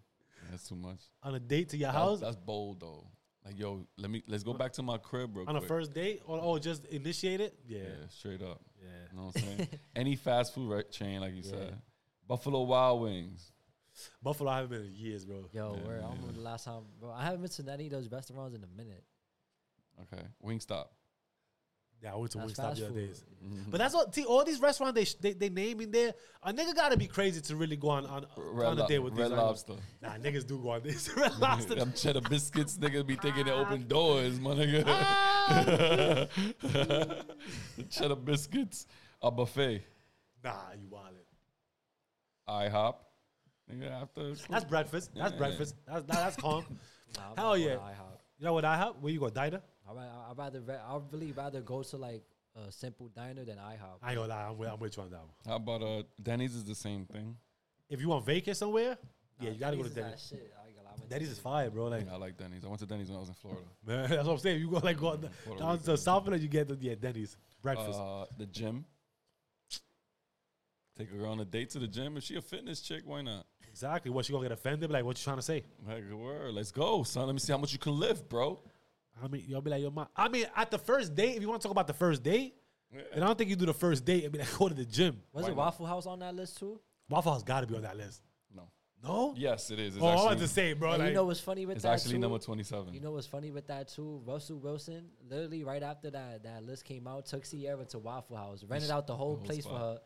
Speaker 3: That's too much.
Speaker 4: On a date to your
Speaker 3: That's-
Speaker 4: house?
Speaker 3: That's bold though. Like, yo, let me let's go back to my crib real
Speaker 4: on a
Speaker 3: quick.
Speaker 4: first date? Or oh, just initiate it? Yeah.
Speaker 3: yeah, Mm. straight up.
Speaker 4: Yeah.
Speaker 3: You know what I'm saying? Any fast food re- chain, like you
Speaker 2: Yeah.
Speaker 3: said, Buffalo Wild Wings.
Speaker 4: Buffalo, I haven't been in years, bro.
Speaker 2: Yo,
Speaker 3: Yeah,
Speaker 2: word, I don't
Speaker 3: yeah.
Speaker 2: remember the last time, bro. I haven't been to any of those restaurants in a minute.
Speaker 3: Okay, Wingstop.
Speaker 4: Yeah, I went to
Speaker 2: That's
Speaker 4: Wingstop
Speaker 2: fast
Speaker 4: the other
Speaker 2: food.
Speaker 4: days. But that's what see, all these restaurants they, sh- they they name in there. A nigga gotta be crazy to really go on on,
Speaker 3: Red,
Speaker 4: on a
Speaker 3: Lo-
Speaker 4: date Oh, with
Speaker 3: Red
Speaker 4: these. right?
Speaker 3: Lobster.
Speaker 4: Nah, niggas do go on dates. Red Lobster.
Speaker 3: Them cheddar biscuits, nigga, be thinking they
Speaker 4: Ah.
Speaker 3: open doors, my nigga. the cheddar biscuits, a buffet,
Speaker 4: nah, you wildin'.
Speaker 3: IHOP, nigga. After school.
Speaker 4: That's breakfast. That's
Speaker 3: Yeah.
Speaker 4: breakfast. That's nah, that's calm.
Speaker 2: Nah, I'm
Speaker 4: Hell
Speaker 2: not going
Speaker 4: yeah.
Speaker 2: to IHOP.
Speaker 4: you know what I have? Where you go, diner?
Speaker 2: I ra- I- I'd rather, re- I'd really rather go to like a simple diner than IHOP.
Speaker 4: I ain't gonna lie, I'm with, I'm with you on that one.
Speaker 3: How about uh, Denny's is the same thing.
Speaker 4: If you want vacant somewhere, yeah,
Speaker 2: Nah,
Speaker 4: you gotta go to
Speaker 2: Denny's
Speaker 4: Denny's.
Speaker 2: is that shit. I ain't gonna lie, I went to
Speaker 4: Denny's is fire, bro. Like,
Speaker 3: Yeah, I like Denny's. I went to Denny's when I was in Florida.
Speaker 4: man, that's what I'm saying. You go like go on the,
Speaker 3: Puerto
Speaker 4: down to
Speaker 3: Rican.
Speaker 4: Southland, you get the yeah Denny's breakfast.
Speaker 3: Uh, the gym. Take her on a date to the gym. If she a fitness chick, why not?
Speaker 4: exactly. What you gonna get offended? Like, what you trying to say?
Speaker 3: Like, word, let's go, son. Let me see how much you can lift, bro.
Speaker 4: I mean, you'll be like, yo, ma. I mean, at the first date, if you want to talk about the first date, and I don't think you do the first date and be like, go to the gym.
Speaker 2: Was
Speaker 3: Why
Speaker 2: it
Speaker 3: not?
Speaker 2: Waffle House on that list too?
Speaker 4: Waffle House got to be on that list.
Speaker 3: No.
Speaker 4: No?
Speaker 3: Yes, it is. It's
Speaker 4: oh, I was
Speaker 3: actually,
Speaker 4: to say, bro.
Speaker 2: And
Speaker 4: Like,
Speaker 2: you know what's funny with
Speaker 3: it's
Speaker 2: that
Speaker 3: actually
Speaker 2: too?
Speaker 3: number 27.
Speaker 2: You know what's funny with that too? Russell Wilson, literally right after that that list came out, took Sierra to Waffle House, rented out the whole
Speaker 3: whole
Speaker 2: place for
Speaker 3: spot.
Speaker 2: her.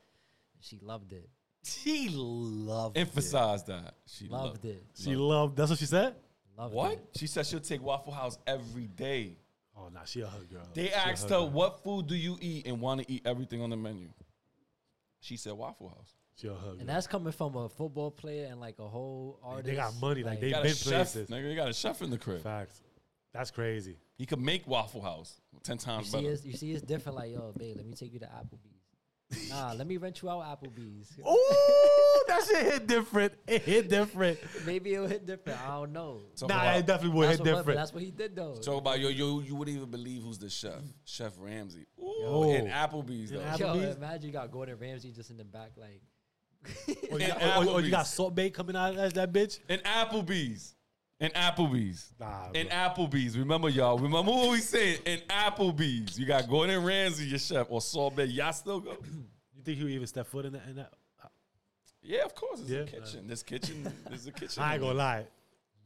Speaker 2: She loved it.
Speaker 1: She loved it.
Speaker 3: Emphasize that. She
Speaker 2: Loved
Speaker 3: loved it.
Speaker 2: it.
Speaker 4: She loved. That's what she said.
Speaker 2: Loved
Speaker 3: What?
Speaker 2: it.
Speaker 3: She said she'll take Waffle House every day.
Speaker 4: Oh nah, she a hug girl.
Speaker 3: They asked her, what food do you eat and want to eat everything on the menu? She said Waffle House.
Speaker 4: She a hug.
Speaker 2: And
Speaker 4: Girl.
Speaker 2: that's coming from a football player and like a whole artist.
Speaker 4: They got money. Like
Speaker 3: They
Speaker 4: they've
Speaker 3: got
Speaker 4: been
Speaker 3: a chef.
Speaker 4: places.
Speaker 3: Nigga, they got a chef in the crib.
Speaker 4: Facts. That's crazy.
Speaker 3: He could make Waffle House 10
Speaker 2: You
Speaker 3: times
Speaker 2: see,
Speaker 3: better.
Speaker 2: it's, you see, it's different. Like, yo, babe, let me take you to Applebee's. nah, let me rent you out Applebee's.
Speaker 4: Ooh, that shit hit different. It hit different.
Speaker 2: Maybe it'll hit different. I don't know.
Speaker 3: Talk
Speaker 4: Nah,
Speaker 3: about,
Speaker 4: it definitely would
Speaker 2: That's
Speaker 4: hit
Speaker 2: what- but
Speaker 4: different.
Speaker 2: that's what he did though.
Speaker 3: talk about yo, yo, you wouldn't even believe who's the chef. Chef Ramsey. Ooh,
Speaker 4: Yo.
Speaker 3: and Applebee's, though.
Speaker 4: Oh. Yeah,
Speaker 2: Yo,
Speaker 4: Applebee's?
Speaker 2: imagine you got Gordon Ramsay just in the back, like
Speaker 4: Or Oh, you,
Speaker 3: And
Speaker 4: got, or- or you got
Speaker 3: Applebee's.
Speaker 4: salt bait coming out of that, that bitch.
Speaker 3: And Applebee's. And Applebee's.
Speaker 4: Nah,
Speaker 3: And Applebee's. Remember, y'all. Remember what we said. And Applebee's. You got Gordon Ramsay, your chef, or Saul Bay. Y'all still go?
Speaker 4: You think he would even step foot in that? In that?
Speaker 3: Yeah, of course. It's
Speaker 4: Yeah.
Speaker 3: a kitchen. This kitchen. There's a kitchen.
Speaker 4: I ain't gonna lie.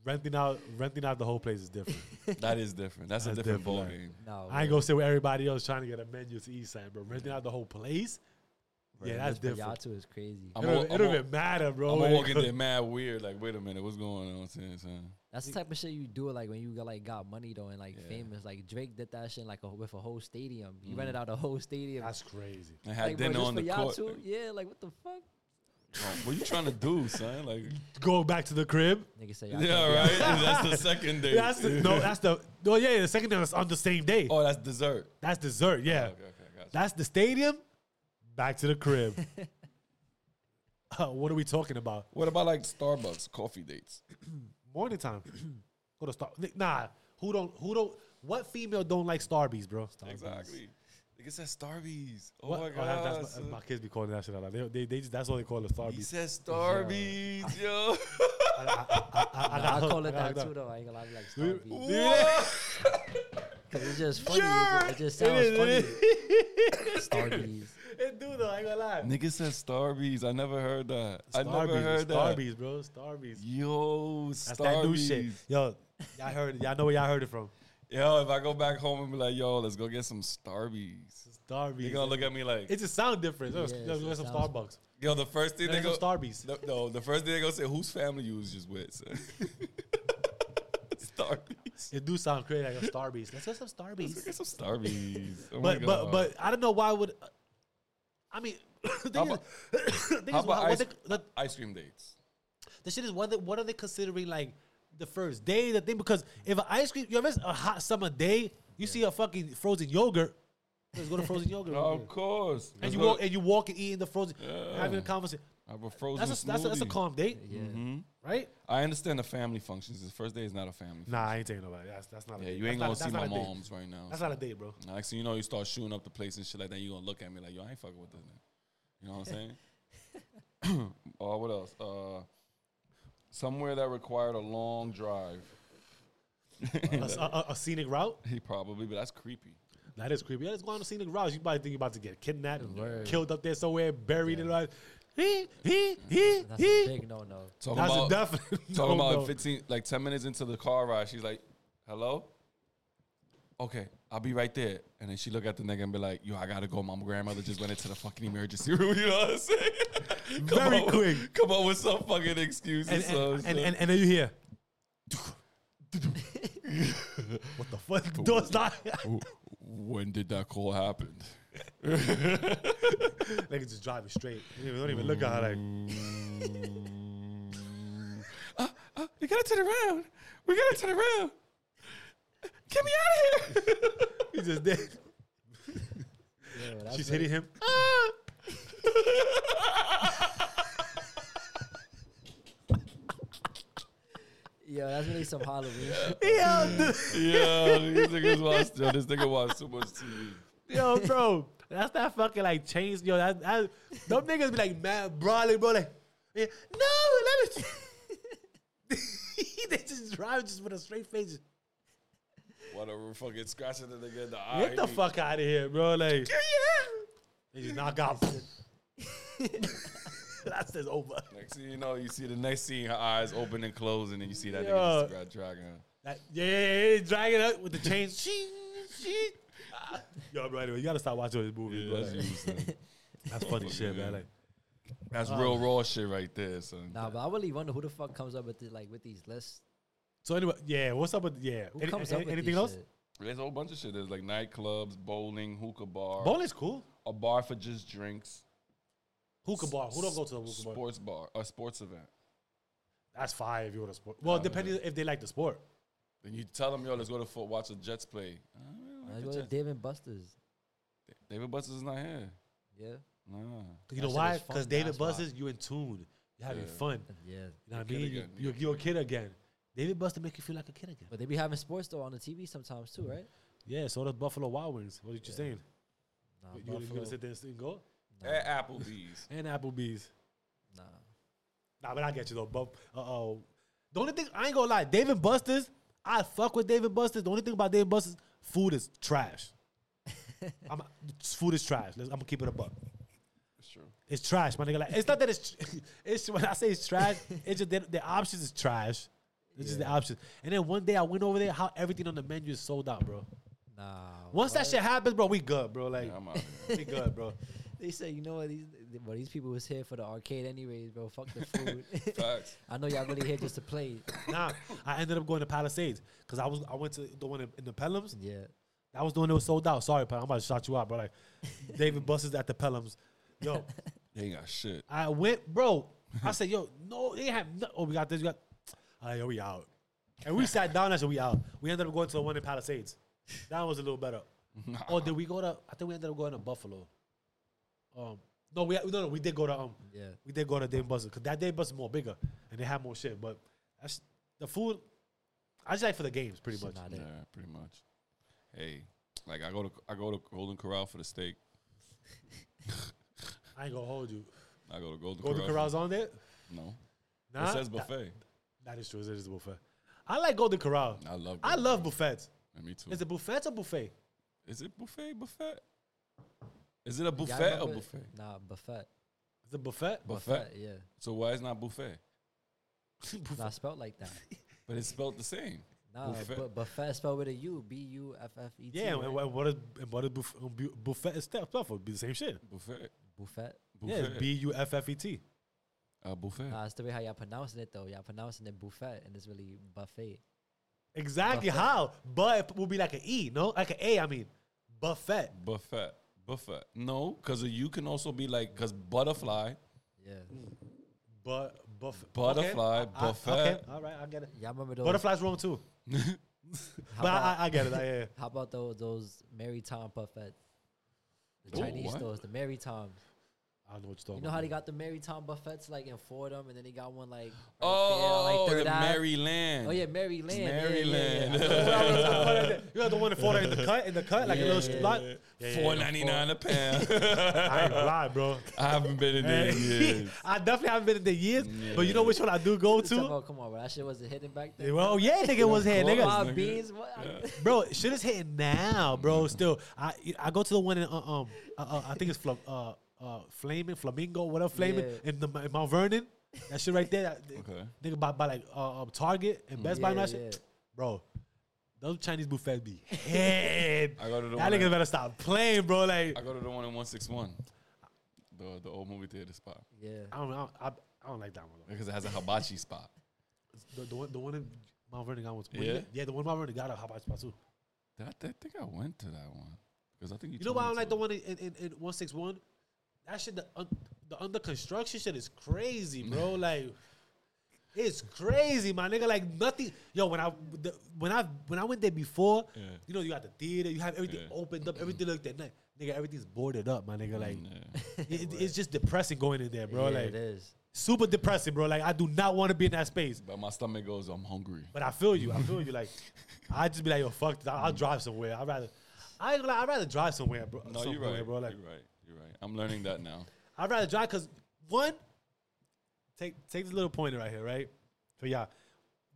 Speaker 4: Renting out, renting out the whole place is different.
Speaker 3: That is different. That's,
Speaker 4: That's
Speaker 3: a different ball
Speaker 4: different,
Speaker 3: game.
Speaker 2: no.
Speaker 4: I ain't
Speaker 2: bro.
Speaker 4: gonna sit with everybody else trying to get a menu to eat something, but renting out the whole place, yeah,
Speaker 2: Bro,
Speaker 4: that's
Speaker 2: this
Speaker 4: different.
Speaker 2: Beyonce is crazy.
Speaker 3: I'm
Speaker 4: It
Speaker 3: gonna
Speaker 4: don't, it don't even matter, bro.
Speaker 3: walk in there mad weird. Like, wait a minute, what's going on? Son, son?
Speaker 2: That's the type of shit you do like when you got like got money though and like
Speaker 3: Yeah.
Speaker 2: famous. Like Drake did that shit like a, with a whole stadium. He rented out a whole stadium.
Speaker 4: That's crazy.
Speaker 3: I had
Speaker 2: like, bro,
Speaker 3: dinner
Speaker 2: just
Speaker 3: on
Speaker 2: for
Speaker 3: the
Speaker 2: y'all
Speaker 3: court. Oh,
Speaker 2: two? Yeah, like what the fuck?
Speaker 3: What you trying to do, son? Like,
Speaker 4: Go back to the crib.
Speaker 2: Nigga said, y'all
Speaker 3: yeah,
Speaker 2: can't
Speaker 3: right. that's the second day.
Speaker 4: That's the, no, that's the no. Yeah, the second day was on the same day.
Speaker 3: oh, that's dessert.
Speaker 4: That's dessert. Yeah,
Speaker 3: Okay, okay, gotcha.
Speaker 4: that's the stadium. Back to the crib. Uh, what are we talking about?
Speaker 3: What about like Starbucks coffee dates?
Speaker 4: Morning time. Go to Star. Nah, who don't? Who don't? What female don't like Starbucks, bro?
Speaker 3: Exactly. Nigga said Starbies. Oh
Speaker 4: What?
Speaker 3: my
Speaker 4: oh, that-
Speaker 3: god.
Speaker 4: that's
Speaker 3: son.
Speaker 4: my, my kids be calling that shit out. Like, they, they, they just that's what they call it,
Speaker 3: he
Speaker 4: Starbucks.
Speaker 3: said Starbies, yo.
Speaker 4: I, I, I, I, I
Speaker 2: be-
Speaker 4: got
Speaker 2: Nah, I
Speaker 4: hooked.
Speaker 2: call
Speaker 4: I got
Speaker 2: it that
Speaker 4: hooked.
Speaker 2: too though. I ain't gonna lie, like
Speaker 4: Dude,
Speaker 2: Star
Speaker 4: dude,
Speaker 2: Beats.
Speaker 4: that-
Speaker 2: Cause it's just funny. It ju- It just sounds funny. Star Beats.
Speaker 4: it do though. I ain't gonna lie.
Speaker 3: Nigga said Starbies. I never heard that. I never
Speaker 4: Starbucks,
Speaker 3: heard that.
Speaker 4: Starbucks, bro. Starbucks.
Speaker 3: Yo,
Speaker 4: That's
Speaker 3: Starbies.
Speaker 4: that new shit. Yo, y'all heard it. Y'all know where y'all heard it from.
Speaker 3: Yo, if I go back home and be like, yo, let's go get some Starbies. They gonna
Speaker 4: Starbucks.
Speaker 3: look at me like,
Speaker 4: It just sound different. Yo,
Speaker 2: Yeah,
Speaker 4: yo,
Speaker 2: it
Speaker 4: let's
Speaker 2: sounds-
Speaker 4: some Starbucks.
Speaker 3: yo, the first thing they
Speaker 4: Let's some
Speaker 3: go,
Speaker 4: Starbucks.
Speaker 3: no, no, the first thing they go say, whose family you was just with? son?" Starbies.
Speaker 4: It do sound crazy like a Starbucks. Let's get some
Speaker 3: Let's go
Speaker 4: Starbucks.
Speaker 3: get some Starbies. Oh my
Speaker 4: But but
Speaker 3: God.
Speaker 4: but I don't know why would. I mean, the thing
Speaker 3: about-
Speaker 4: is, the thing
Speaker 3: how
Speaker 4: is, why-
Speaker 3: about
Speaker 4: why
Speaker 3: ice-
Speaker 4: they- the-
Speaker 3: ice cream dates.
Speaker 4: The shit is what they, what are they considering like the first day? The thing because if an ice cream, you ever a hot summer day, you see a fucking frozen yogurt. Let's go to frozen yogurt. real
Speaker 3: Of
Speaker 4: quick.
Speaker 3: course.
Speaker 4: and
Speaker 3: Let's
Speaker 4: you
Speaker 3: go-
Speaker 4: walk and you walk and eating the frozen, having a
Speaker 3: Yeah.
Speaker 4: conversation.
Speaker 3: I have a frozen
Speaker 4: That's a, that's a that's a
Speaker 3: smoothie.
Speaker 4: calm date,
Speaker 2: Yeah.
Speaker 4: right?
Speaker 3: I understand the family functions. The first day is not a family.
Speaker 4: Nah, I ain't taking nobody. That's that's not.
Speaker 3: Yeah,
Speaker 4: a
Speaker 3: you ain't gonna
Speaker 4: that's
Speaker 3: see
Speaker 4: not-
Speaker 3: my
Speaker 4: that's not a date.
Speaker 3: mom's right now.
Speaker 4: That's not a date, bro.
Speaker 3: Now, next thing you know, you start shooting up the place and shit like that. You gonna look at me like, yo, I ain't fucking with this. Nigga. You know what I'm saying? oh, what else? Uh, somewhere that required a long drive.
Speaker 4: a, a- a scenic route.
Speaker 3: He probably, but that's creepy.
Speaker 4: That is creepy. Yeah, let's go on a scenic route. You probably think you're about to get kidnapped, and
Speaker 2: Word.
Speaker 4: killed up there somewhere, buried in life. He he he
Speaker 2: That's a
Speaker 4: he.
Speaker 2: big no no.
Speaker 3: Talking
Speaker 4: That's a
Speaker 3: about
Speaker 4: definite.
Speaker 3: talking
Speaker 4: no,
Speaker 3: about
Speaker 4: no.
Speaker 3: 15, like 10 minutes into the car ride. She's like, "Hello." Okay, I'll be right there. And then she look at the nigga and be like, "Yo, I gotta go. My grandmother just went into the fucking emergency room." You know what I'm saying? Come
Speaker 4: Very
Speaker 3: up-
Speaker 4: quick.
Speaker 3: Come up with some fucking excuse.
Speaker 4: and,
Speaker 3: And, so,
Speaker 4: and, and, and, and then you hear. what the fuck? The door's not.
Speaker 3: when did that call happen?
Speaker 4: Nigga just driving straight. They Don't even look at her like. Mm.
Speaker 3: Uh, uh, we gotta turn around. We gotta turn around. Get me out of here.
Speaker 4: He just did.
Speaker 2: Yeah, that's
Speaker 4: She's
Speaker 2: like-
Speaker 4: hitting him.
Speaker 2: Yo, that's really some Halloween shit.
Speaker 3: yeah, these niggas watch. Yo, this nigga watch too much TV.
Speaker 4: Yo, bro, that's that fucking like chains. Yo, that, that them niggas be like mad brawling, bro. Like, yeah, no, let me. they just drive just with a straight face. just,
Speaker 3: Whatever, fucking scratching the nigga in the eye.
Speaker 4: Get the fuck out of here, bro. Like, they just knock out. That's just over.
Speaker 3: Next thing you know, you see the next scene, her eyes open and close, and then you see that
Speaker 4: Yeah.
Speaker 3: nigga just grab dragging her.
Speaker 4: That, yeah, yeah, yeah, dragging up with the chains. Shing, shing. Ah. Yo, bro, anyway, you gotta start watching this movie,
Speaker 3: Yeah,
Speaker 4: bro.
Speaker 3: that's
Speaker 4: Like,
Speaker 3: you, son.
Speaker 4: that's funny shit, man. Like,
Speaker 3: That's real raw shit right there, son.
Speaker 2: Nah, but I really wonder who the fuck comes up with the, like with these lists.
Speaker 4: So anyway, yeah. What's up with yeah?
Speaker 2: Who
Speaker 4: Any-
Speaker 2: comes
Speaker 4: any-
Speaker 2: up with
Speaker 4: anything
Speaker 2: these
Speaker 4: else?
Speaker 2: shit?
Speaker 3: There's a whole bunch of shit. There's like nightclubs, bowling, hookah bar,
Speaker 4: Bowling's cool.
Speaker 3: a bar for just drinks,
Speaker 4: Hookah bar. Who don't go to the hookah bar?
Speaker 3: sports bar, a sports event.
Speaker 4: That's fire if you want to sport. Well,
Speaker 3: Nah,
Speaker 4: depending if they like the sport.
Speaker 3: Then you tell them, yo, let's go to foot, watch the Jets play. I don't
Speaker 2: I
Speaker 3: like the
Speaker 2: go to
Speaker 3: Jets.
Speaker 2: Dave and Buster's.
Speaker 3: David Buster's is not here.
Speaker 2: Yeah,
Speaker 3: Nah.
Speaker 4: You
Speaker 2: That
Speaker 4: know
Speaker 2: shit
Speaker 4: why?
Speaker 2: is fun,
Speaker 4: Because David
Speaker 2: that's why.
Speaker 4: Buster's, you in tune. You're having
Speaker 3: Yeah.
Speaker 4: fun.
Speaker 2: yeah.
Speaker 4: You know what I
Speaker 3: You're a kid
Speaker 4: mean? You,
Speaker 3: again.
Speaker 4: you're, you're a kid again. David Buster make you feel like a kid again.
Speaker 2: But they be having sports though on the TV sometimes too, right?
Speaker 4: Yeah, so does Buffalo Wild Wings. What are you saying?
Speaker 2: Nah,
Speaker 4: You- you gonna- you
Speaker 2: Buffalo-
Speaker 4: gonna sit there and go?
Speaker 2: nah,
Speaker 3: At Applebee's.
Speaker 4: And Applebee's.
Speaker 2: nah.
Speaker 4: Nah, but I get you though. But uh oh, the only thing I ain't gonna lie, David Buster's. I fuck with David Buster's. The only thing about David Buster's, food is trash. I'm, food is trash. Let's- I'm gonna keep it a buck.
Speaker 3: It's true.
Speaker 4: It's trash, my nigga. Like it's not that it's tr- it's when I say it's trash, it's just that the options is trash. It's just the options. And then one day I went over there, how everything on the menu is sold out, bro.
Speaker 2: Nah.
Speaker 4: Once that
Speaker 2: what?
Speaker 4: shit happens, bro, we good, bro. Like
Speaker 3: Yeah, I'm out.
Speaker 4: we good, bro.
Speaker 2: they say, you know what? These, th- well, these people was here for the arcade anyways, bro. Fuck the food.
Speaker 3: Facts.
Speaker 2: I know y'all really here just to play.
Speaker 4: Nah, I ended up going to Palisades because I was I went to the one in, in the Pelhams.
Speaker 2: Yeah.
Speaker 4: That was the one that was sold out. Sorry, pal, I'm about to shout you out, bro. Like David Buster's at the Pelhams. Yo,
Speaker 3: They ain't got shit.
Speaker 4: I went, bro. I said, yo, no, they have no. Oh, we got this. We got. All right, yo, we out. And we sat down. I said, we out. We ended up going to the one in Palisades. That was a little better. Oh, did we go to? I think we ended up going to Buffalo. Um, no, we no, no, we did go to um,
Speaker 2: Yeah.
Speaker 4: we did go to Dave Buster because that Dave Buster more bigger and they had more shit. But that's the food. I just like for the games, pretty much.
Speaker 2: Shit not
Speaker 3: Yeah,
Speaker 2: it.
Speaker 3: pretty much. Hey, like I go to I go to Golden Corral for the steak.
Speaker 4: I ain't gonna hold you.
Speaker 3: I go to Golden,
Speaker 4: Go to
Speaker 3: Corral. for-
Speaker 4: Corral's on there.
Speaker 3: No,
Speaker 4: Nah,
Speaker 3: it says
Speaker 4: that-
Speaker 3: buffet.
Speaker 4: that is true. It is a buffet. I like Golden Corral.
Speaker 3: I love.
Speaker 4: I
Speaker 3: Golden
Speaker 4: love buffets.
Speaker 3: Corral. Me too.
Speaker 4: Is it buffets or buffet?
Speaker 3: Is it buffet? Buffet? Is it a
Speaker 2: Y'all
Speaker 3: buffet or
Speaker 2: remember-
Speaker 3: buffet?
Speaker 2: Nah, buffet.
Speaker 4: Is it buffet?
Speaker 3: Buffet.
Speaker 2: yeah.
Speaker 3: So why it's not buffet?
Speaker 2: Not spelled like that.
Speaker 3: But it's spelled the same.
Speaker 2: Nah,
Speaker 3: Buffet.
Speaker 2: but buffet spelled with a U. B U F F E T.
Speaker 4: Yeah,
Speaker 2: right?
Speaker 4: and what, what is and what is buff, um, bu- buffet is stuff stuff would be the same shit.
Speaker 3: Buffet.
Speaker 2: buffet.
Speaker 3: Buffet.
Speaker 4: Yeah, B U F F E T.
Speaker 3: a buffet.
Speaker 2: Nah, it's the way how y'all pronouncing it though. Y'all pronouncing it buffet, and it's really buffet.
Speaker 4: Exactly how, but it would be like an E, no, like an A. I mean, buffet.
Speaker 3: buffet. Buffet. No, because you can also be like because butterfly.
Speaker 2: Yeah.
Speaker 3: Mm.
Speaker 4: But buff
Speaker 3: Butterfly,
Speaker 4: okay, I- I-
Speaker 3: buffet.
Speaker 4: okay, all right, I get it.
Speaker 2: Y'all remember those?
Speaker 4: Butterfly's wrong too,
Speaker 2: how
Speaker 4: but I,
Speaker 2: about-
Speaker 4: I, I get it. I, yeah,
Speaker 2: How about those those Mary Tom buffet? The
Speaker 3: Ooh,
Speaker 2: Chinese
Speaker 3: what?
Speaker 2: stores, the Mary Tom.
Speaker 4: I know what you're talking
Speaker 2: You know how
Speaker 4: about.
Speaker 2: they got the Mary Tom buffets like in Fordham, and then they got one like right
Speaker 3: Oh,
Speaker 2: there, like
Speaker 3: the
Speaker 2: Third Ave?
Speaker 3: Maryland.
Speaker 2: Oh yeah, Maryland. yeah, yeah, yeah.
Speaker 3: Maryland.
Speaker 2: I know-
Speaker 4: you know the one that fall in the cut in the cut like a
Speaker 2: Yeah,
Speaker 4: little
Speaker 2: yeah,
Speaker 4: slot.
Speaker 3: Four ninety nine a pound.
Speaker 4: I ain't gonna lie, bro.
Speaker 3: I haven't been in there in years.
Speaker 4: I definitely haven't been in the years, but you know which one I do go
Speaker 2: Talk
Speaker 4: to.
Speaker 2: about- oh, come on, bro. That shit wasn't hidden back then.
Speaker 4: Well, yeah, nigga was here, nigga.
Speaker 2: Wild
Speaker 3: nigga.
Speaker 2: beans. What? I-
Speaker 4: bro. Shit is hitting now, bro. Still, I I go to the one in uh, um uh, uh, I think it's flam, uh uh flaming flamingo whatever flaming
Speaker 2: Yeah.
Speaker 4: in the in Mount Vernon. That shit right there. That,
Speaker 3: Okay.
Speaker 4: Nigga by, by like uh, um, Target and Best Buy and
Speaker 2: Yeah,
Speaker 4: that shit,
Speaker 2: yeah.
Speaker 4: bro. Those Chinese buffets be head.
Speaker 3: I go to the
Speaker 4: that
Speaker 3: one
Speaker 4: nigga
Speaker 3: at-
Speaker 4: better stop playing, bro. Like
Speaker 3: I go to the one in one six one. The the old movie theater spot.
Speaker 2: Yeah.
Speaker 4: I don't I, I, I don't like that one.
Speaker 3: Because it has a hibachi spot.
Speaker 4: though. The, the one the one in Mount Vernon got one.
Speaker 3: Yeah?
Speaker 4: Yeah, yeah, the one in Mount Vernon got a hot pot spot too.
Speaker 3: Did I, I think I went to that one. Because I think you,
Speaker 4: You know
Speaker 3: told
Speaker 4: why I
Speaker 3: me
Speaker 4: don't like
Speaker 3: to.
Speaker 4: the one in, in, in, in 161? That shit, the, un, the under construction shit is crazy, bro. like, it's crazy, my nigga. Like nothing. Yo, when I the, when I when I went there before,
Speaker 3: Yeah.
Speaker 4: you know, you got the theater, you have everything
Speaker 3: Yeah.
Speaker 4: opened up, everything looked at night. Nigga, everything's boarded up, my nigga. Like,
Speaker 3: Yeah.
Speaker 4: it, it's just depressing going in there, bro.
Speaker 2: yeah,
Speaker 4: like,
Speaker 2: it is.
Speaker 4: super depressing, bro. Like, I do not want to be in that space.
Speaker 3: But my stomach goes, I'm hungry.
Speaker 4: But I feel you. I feel you. Like, I just be like, yo, fuck this. I'll, I'll drive somewhere. I'd rather, I ain't gonna lie, I'd rather drive somewhere, bro.
Speaker 3: No, you're
Speaker 4: somewhere,
Speaker 3: right.
Speaker 4: bro. Like,
Speaker 3: you're right. You're right. I'm learning that now.
Speaker 4: I'd rather drive because one, take take this little pointer right here, right? For y'all,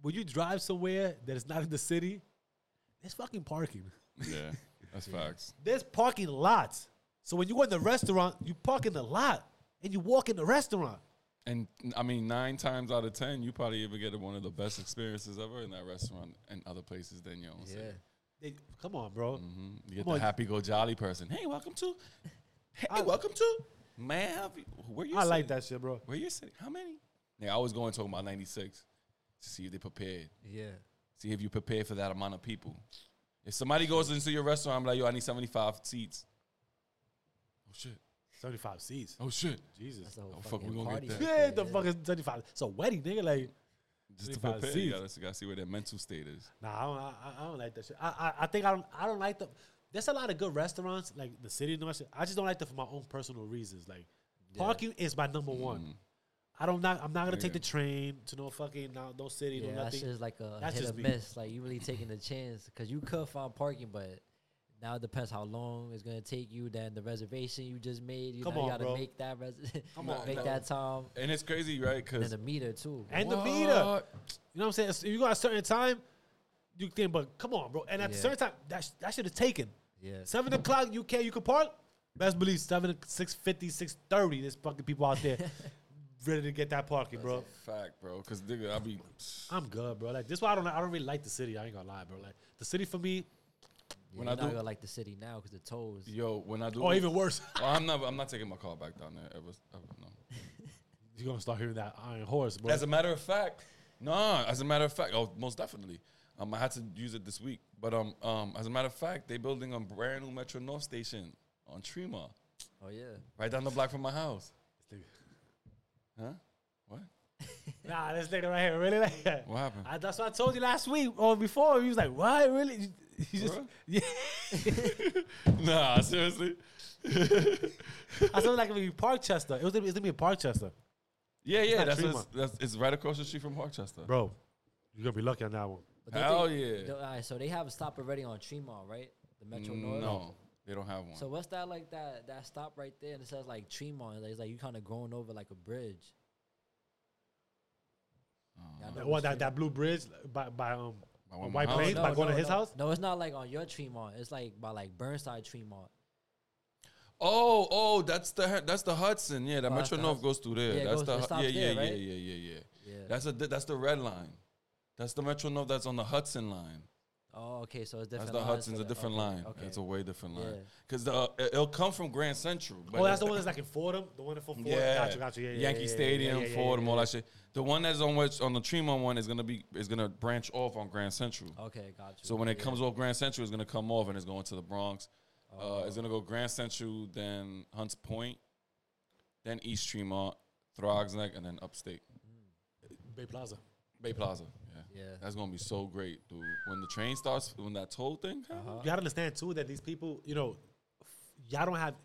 Speaker 4: when you drive somewhere that is not in the city, there's fucking parking.
Speaker 3: Yeah. That's facts.
Speaker 4: There's parking lots. So when you go in the restaurant, you park in the lot and you walk in the restaurant.
Speaker 3: And I mean, nine times out of ten, you probably ever get one of the best experiences ever in that restaurant and other places than your own
Speaker 2: Yeah.
Speaker 3: city.
Speaker 4: They, come on, bro.
Speaker 3: Mhm. You get
Speaker 4: Come on.
Speaker 3: the happy go jolly person. Hey, welcome to. Hey, welcome to. Man, have you- where you?
Speaker 4: I
Speaker 3: sitting?
Speaker 4: like that shit, bro.
Speaker 3: Where you sitting? How many? Yeah, I was going talking about ninety six to see if they prepared.
Speaker 2: Yeah.
Speaker 3: See if you prepared for that amount of people. If somebody goes into your restaurant, I'm like, yo, I need seventy five seats. Oh shit!
Speaker 4: Seventy-five seats.
Speaker 3: Oh shit!
Speaker 4: Jesus.
Speaker 2: That's the whole
Speaker 3: Oh, fuck,
Speaker 2: fucking
Speaker 3: we gonna get
Speaker 2: party.
Speaker 3: that.
Speaker 2: right
Speaker 4: Yeah, the
Speaker 2: there.
Speaker 4: fuck is seventy-five. It's a wedding, nigga. Like,
Speaker 3: Just to
Speaker 4: 75
Speaker 3: prepare, you
Speaker 4: seats.
Speaker 3: gotta, you gotta see where their mental state is.
Speaker 4: nah, I don't, I, I- I don't like that shit. I, I, I think I don't, I don't like the. There's a lot of good restaurants, like the city and all that shit. I just don't like them for my own personal reasons. Like,
Speaker 2: Yeah.
Speaker 4: parking is my number one. I don't not, I'm not gonna take
Speaker 3: Mm. Yeah.
Speaker 4: the train to no fucking no, no city,
Speaker 2: Yeah,
Speaker 4: no
Speaker 2: that's
Speaker 4: nothing.
Speaker 2: just like a
Speaker 4: That's
Speaker 2: hit or
Speaker 4: just me.
Speaker 2: miss. Like you really taking the chance because you could find parking, but now it depends how long it's gonna take you. Then the reservation you just made, you,
Speaker 4: Come
Speaker 2: know,
Speaker 4: on,
Speaker 2: you gotta
Speaker 4: bro.
Speaker 2: make that res-
Speaker 4: Come on,
Speaker 2: make
Speaker 4: bro.
Speaker 2: that time,
Speaker 3: And it's crazy, right?
Speaker 2: and
Speaker 3: Because
Speaker 2: then the meter too.
Speaker 4: and the meter. You know what I'm saying? If you got a certain time, you think, but come on, bro. And at a
Speaker 2: Yeah.
Speaker 4: certain time, that sh- that shit is taken.
Speaker 2: Yeah,
Speaker 4: Seven o'clock, you can you can park. Best believe seven six fifty, six thirty. There's fucking people out there ready to get that parking, bro.
Speaker 3: Fact, bro. Because nigga, I be
Speaker 4: I'm good, bro. Like this, why I don't I don't really like the city. I ain't gonna lie, bro. Like the city for me,
Speaker 2: yeah when
Speaker 3: when
Speaker 2: I
Speaker 3: I do-
Speaker 2: gonna like the city now because the tolls.
Speaker 3: yo when I do.
Speaker 4: or even worse,
Speaker 3: Oh, I'm not. I'm not taking my car back down there ever. ever no.
Speaker 4: you're gonna start hearing that iron horse, bro.
Speaker 3: As a matter of fact, nah. As a matter of fact, oh, most definitely. Um, I had to use it this week, but um, um, as a matter of fact, they're building a brand new Metro North station on Tremont,
Speaker 2: Oh yeah,
Speaker 3: right down the block from my house. Huh? What?
Speaker 4: nah, this nigga right here, really like that.
Speaker 3: What happened?
Speaker 4: I, that's what I told you last week or before. He was like, "What, really?" He just,
Speaker 3: Bruh.
Speaker 4: yeah.
Speaker 3: nah, seriously.
Speaker 4: I said like it would be Parkchester. It was it's gonna be in Parkchester,
Speaker 3: Yeah, yeah.
Speaker 4: not
Speaker 3: That's,
Speaker 4: Tremont.
Speaker 3: what's, that's it's right across the street from Harchester.
Speaker 4: bro. You're gonna be lucky on that one.
Speaker 2: But don't
Speaker 3: Hell
Speaker 2: they-
Speaker 3: yeah.
Speaker 2: don't- All right, so they have a stop already on Tremont, right? The Metro
Speaker 4: Mm,
Speaker 2: North.
Speaker 3: No, they don't have one.
Speaker 2: So what's that like that that stop right there? And it says like Tremont. It's like you kind of going over like a bridge. Y'all know
Speaker 4: That
Speaker 2: which
Speaker 4: one that, that blue bridge by by um
Speaker 3: By one of my
Speaker 4: White
Speaker 3: houses.
Speaker 4: Plains by going to his house.
Speaker 2: Oh, No, it's not like on your Tremont. It's like by like Burnside Tremont.
Speaker 3: Oh, oh, that's the that's the Hudson. Yeah, the
Speaker 2: Oh, that's
Speaker 3: Metro
Speaker 2: the
Speaker 3: North
Speaker 2: Hudson.
Speaker 3: goes through there.
Speaker 2: Yeah, it goes-
Speaker 3: that's
Speaker 2: it
Speaker 3: the Hu-
Speaker 2: stops
Speaker 3: yeah, yeah,
Speaker 2: there, right?
Speaker 3: yeah, yeah, yeah,
Speaker 2: Yeah.
Speaker 3: yeah. That's a that's the red line. That's the Metro North that's on the Hudson line.
Speaker 2: oh, okay. So it's different.
Speaker 3: That's the
Speaker 2: lines
Speaker 3: Hudson's
Speaker 2: for
Speaker 3: a
Speaker 2: that.
Speaker 3: different
Speaker 2: Okay,
Speaker 3: line.
Speaker 2: Okay.
Speaker 3: It's a way different line.
Speaker 2: Yeah.
Speaker 3: Cause the uh, it- it'll come from Grand Central. but
Speaker 4: Oh,
Speaker 3: it-
Speaker 4: that's the one that's like in Fordham. The one in Fordham.
Speaker 3: Yeah,
Speaker 4: Gotcha, gotcha. Yeah, yeah,
Speaker 3: Yankee
Speaker 4: yeah, yeah,
Speaker 3: Stadium,
Speaker 4: yeah, yeah, yeah,
Speaker 3: Fordham,
Speaker 4: yeah,
Speaker 3: all
Speaker 4: yeah.
Speaker 3: that shit. The one that's on which on the Tremont one is gonna be is gonna branch off on Grand Central.
Speaker 2: okay, got you.
Speaker 3: So when it
Speaker 2: Yeah.
Speaker 3: comes off Grand Central, it's gonna come off and it's going to the Bronx. Uh, it's gonna go Grand Central, then Hunts Point, then East Tremont, Throgs Neck, and then Upstate
Speaker 4: Bay Plaza.
Speaker 3: Bay Plaza. Yeah.
Speaker 2: Yeah.
Speaker 3: that's gonna be so great, dude. When the train starts, when that toll thing, happens,
Speaker 4: You gotta understand too that these people, you know, f- y'all don't have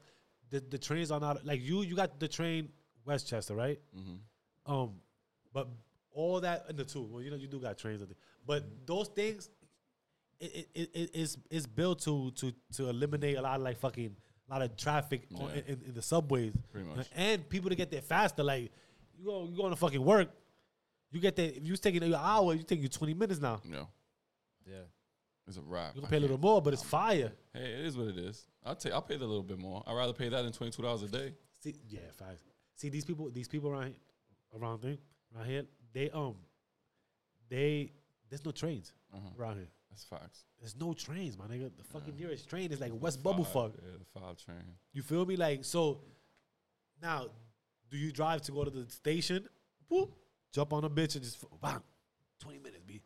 Speaker 4: the, the trains are not like you. You got the train Westchester, right?
Speaker 3: Mm-hmm.
Speaker 4: Um, but all that and the two. Well, you know, you do got trains, I think. but those things, it it it is is built to to to eliminate a lot of like fucking a lot of traffic on,
Speaker 3: Yeah.
Speaker 4: in, in the subways,
Speaker 3: Pretty much.
Speaker 4: and people to get there faster. Like you go you going to fucking work. You get there. If you was taking an hour, you take you twenty minutes now.
Speaker 3: you know,
Speaker 2: Yeah.
Speaker 3: it's a wrap.
Speaker 4: You
Speaker 3: I
Speaker 4: gonna pay a little
Speaker 3: can't-
Speaker 4: more, but it's fire.
Speaker 3: Hey, it is what it is. I'll take. I'll pay the little bit more. I'd rather pay that than twenty two dollars a day.
Speaker 4: See, yeah, facts. See, these people, these people around, he- around thing, around here, they um, they there's no trains around here.
Speaker 3: That's facts.
Speaker 4: There's no trains, my nigga. The fucking nearest train is like West Bumblefuck.
Speaker 3: Yeah, the five train.
Speaker 4: You feel me? Like so. Now, do you drive to go to the station? Whoop, jump on a bitch and just f- bam, twenty minutes, be.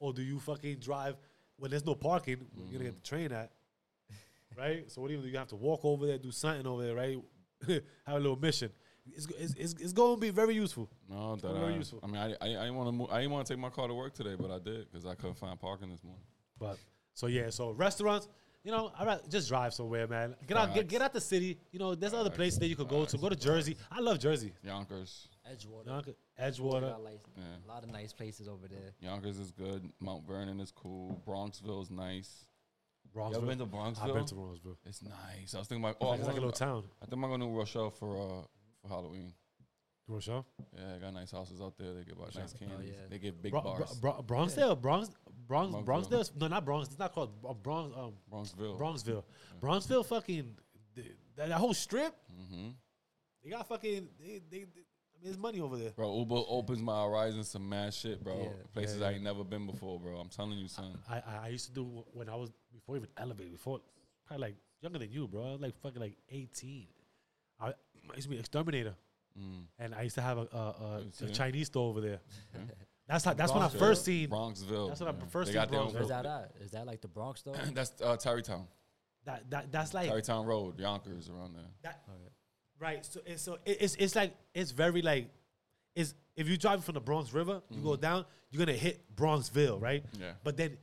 Speaker 4: Or do you fucking drive when there's no parking? Where You're gonna get the train at, right? So what do you do? You have to walk over there, do something over there, right? have a little mission. It's, go- it's, it's, it's gonna be very useful.
Speaker 3: No, that
Speaker 4: very
Speaker 3: I,
Speaker 4: useful.
Speaker 3: I mean, I I, I didn't want to move. I didn't want to take my car to work today, but I did because I couldn't find parking this morning.
Speaker 4: But so yeah, so restaurants, you know, I rather just drive somewhere, man. Get out, get,
Speaker 3: Facts.
Speaker 4: get out the city. You know, there's other
Speaker 3: Facts,
Speaker 4: places that you could go to.
Speaker 3: facts,
Speaker 4: Go to Jersey. I love Jersey.
Speaker 3: Yonkers,
Speaker 2: Edgewater.
Speaker 4: Yonkers,
Speaker 2: They
Speaker 4: Edgewater.
Speaker 2: got like
Speaker 3: Yeah.
Speaker 2: a lot of nice places over there.
Speaker 3: Yonkers is good. Mount Vernon is cool. Bronxville is nice. You ever
Speaker 4: Bronxville.
Speaker 3: been to Bronxville?
Speaker 4: I've been to Bronxville.
Speaker 3: it's nice. I was thinking about. Oh, I,
Speaker 4: it's like a little
Speaker 3: wanna-
Speaker 4: town.
Speaker 3: I think I'm gonna do Rochelle for uh for Halloween.
Speaker 4: Rochelle?
Speaker 3: Yeah, they got nice houses out there. They give out nice candies.
Speaker 2: yeah.
Speaker 3: They give big
Speaker 4: Bro-
Speaker 3: bars.
Speaker 4: Bro- Bro- Bronxdale? Bronx, Bronx,
Speaker 3: Bronxville.
Speaker 4: Bronxdale? No, not Bronx. It's not called Bro- Bronx. Um,
Speaker 3: Bronxville. Mm.
Speaker 4: Bronxville. Bronxville fucking, th- that, that whole strip,
Speaker 3: mm-hmm.
Speaker 4: they got fucking, they, they, they- I mean, there's money over there.
Speaker 3: Bro, Uber opens my horizons to mad shit, bro.
Speaker 2: Yeah.
Speaker 3: Places
Speaker 4: Yeah,
Speaker 3: I ain't never been before, bro. I'm telling you, son.
Speaker 4: I, I, I used to do wh- when I was, before even elevated, before, probably like younger than you, bro. I was like fucking like 18. I, I used to be exterminator,
Speaker 3: Mm.
Speaker 4: and I used to have a, a, a,
Speaker 3: Yeah.
Speaker 4: a Chinese store over there.
Speaker 3: Yeah.
Speaker 4: That's how. That's when I
Speaker 2: Bronxville.
Speaker 4: first seen.
Speaker 3: Bronxville.
Speaker 4: That's what I
Speaker 3: Yeah.
Speaker 4: prefer
Speaker 3: They
Speaker 4: to
Speaker 3: got their own
Speaker 4: Bronx.
Speaker 2: Where's
Speaker 3: road.
Speaker 2: that at? Is that like the Bronx though?
Speaker 3: That's uh, Tarrytown.
Speaker 4: That, that that's like
Speaker 3: Tarrytown Road, Yonkers, around there.
Speaker 4: right. So it's so it, it's it's like it's very like it's if you drive from the Bronx River, you
Speaker 3: Mm-hmm.
Speaker 4: go down, you're gonna hit Bronxville, right?
Speaker 3: Yeah.
Speaker 4: But then,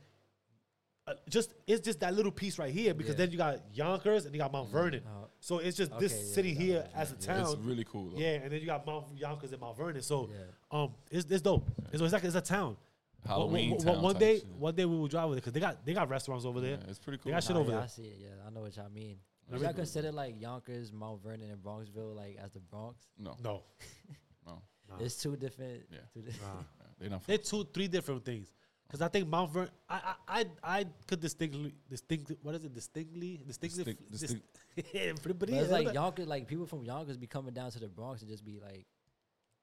Speaker 4: uh, just it's just that little piece right here because
Speaker 2: Yeah.
Speaker 4: then you got Yonkers and you got Mount
Speaker 3: Mm.
Speaker 4: Vernon.
Speaker 2: Oh.
Speaker 4: So it's just
Speaker 2: Okay,
Speaker 4: this
Speaker 2: yeah,
Speaker 4: city
Speaker 2: that
Speaker 4: here
Speaker 2: one,
Speaker 4: as a
Speaker 3: It's
Speaker 4: town.
Speaker 3: really cool. Though.
Speaker 4: Yeah, and then you got Mount Yonkers and Mount Vernon. So
Speaker 2: Yeah.
Speaker 4: um, it's it's dope. It's, it's like it's a town. One-
Speaker 3: Halloween
Speaker 4: one-
Speaker 3: town
Speaker 4: one, one
Speaker 3: type
Speaker 4: day,
Speaker 3: shit.
Speaker 4: one day we will drive with it because they got they got restaurants over there.
Speaker 3: Yeah, it's pretty
Speaker 4: They
Speaker 3: cool.
Speaker 4: got shit
Speaker 2: Nah,
Speaker 4: over
Speaker 2: yeah,
Speaker 4: there.
Speaker 2: I see it. Yeah, I know what y'all mean.
Speaker 3: Let
Speaker 2: Is
Speaker 3: me
Speaker 2: that
Speaker 3: Google it.
Speaker 2: considered like Yonkers, Mount Vernon, and Bronxville like as the Bronx?
Speaker 3: No,
Speaker 4: No,
Speaker 3: no,
Speaker 4: Nah.
Speaker 2: It's two different.
Speaker 3: Yeah.
Speaker 2: two di-
Speaker 4: nah.
Speaker 3: yeah, they not.
Speaker 4: they're two three different things. Because I think Mount Vernon, I, I I I could distinctly distinct what is it distinctly distinctly
Speaker 3: Distinct-
Speaker 4: dis-
Speaker 3: distinct-
Speaker 2: But
Speaker 4: pretty-
Speaker 2: it's like Yonkers, like people from Yonkers be coming down to the Bronx and just be like,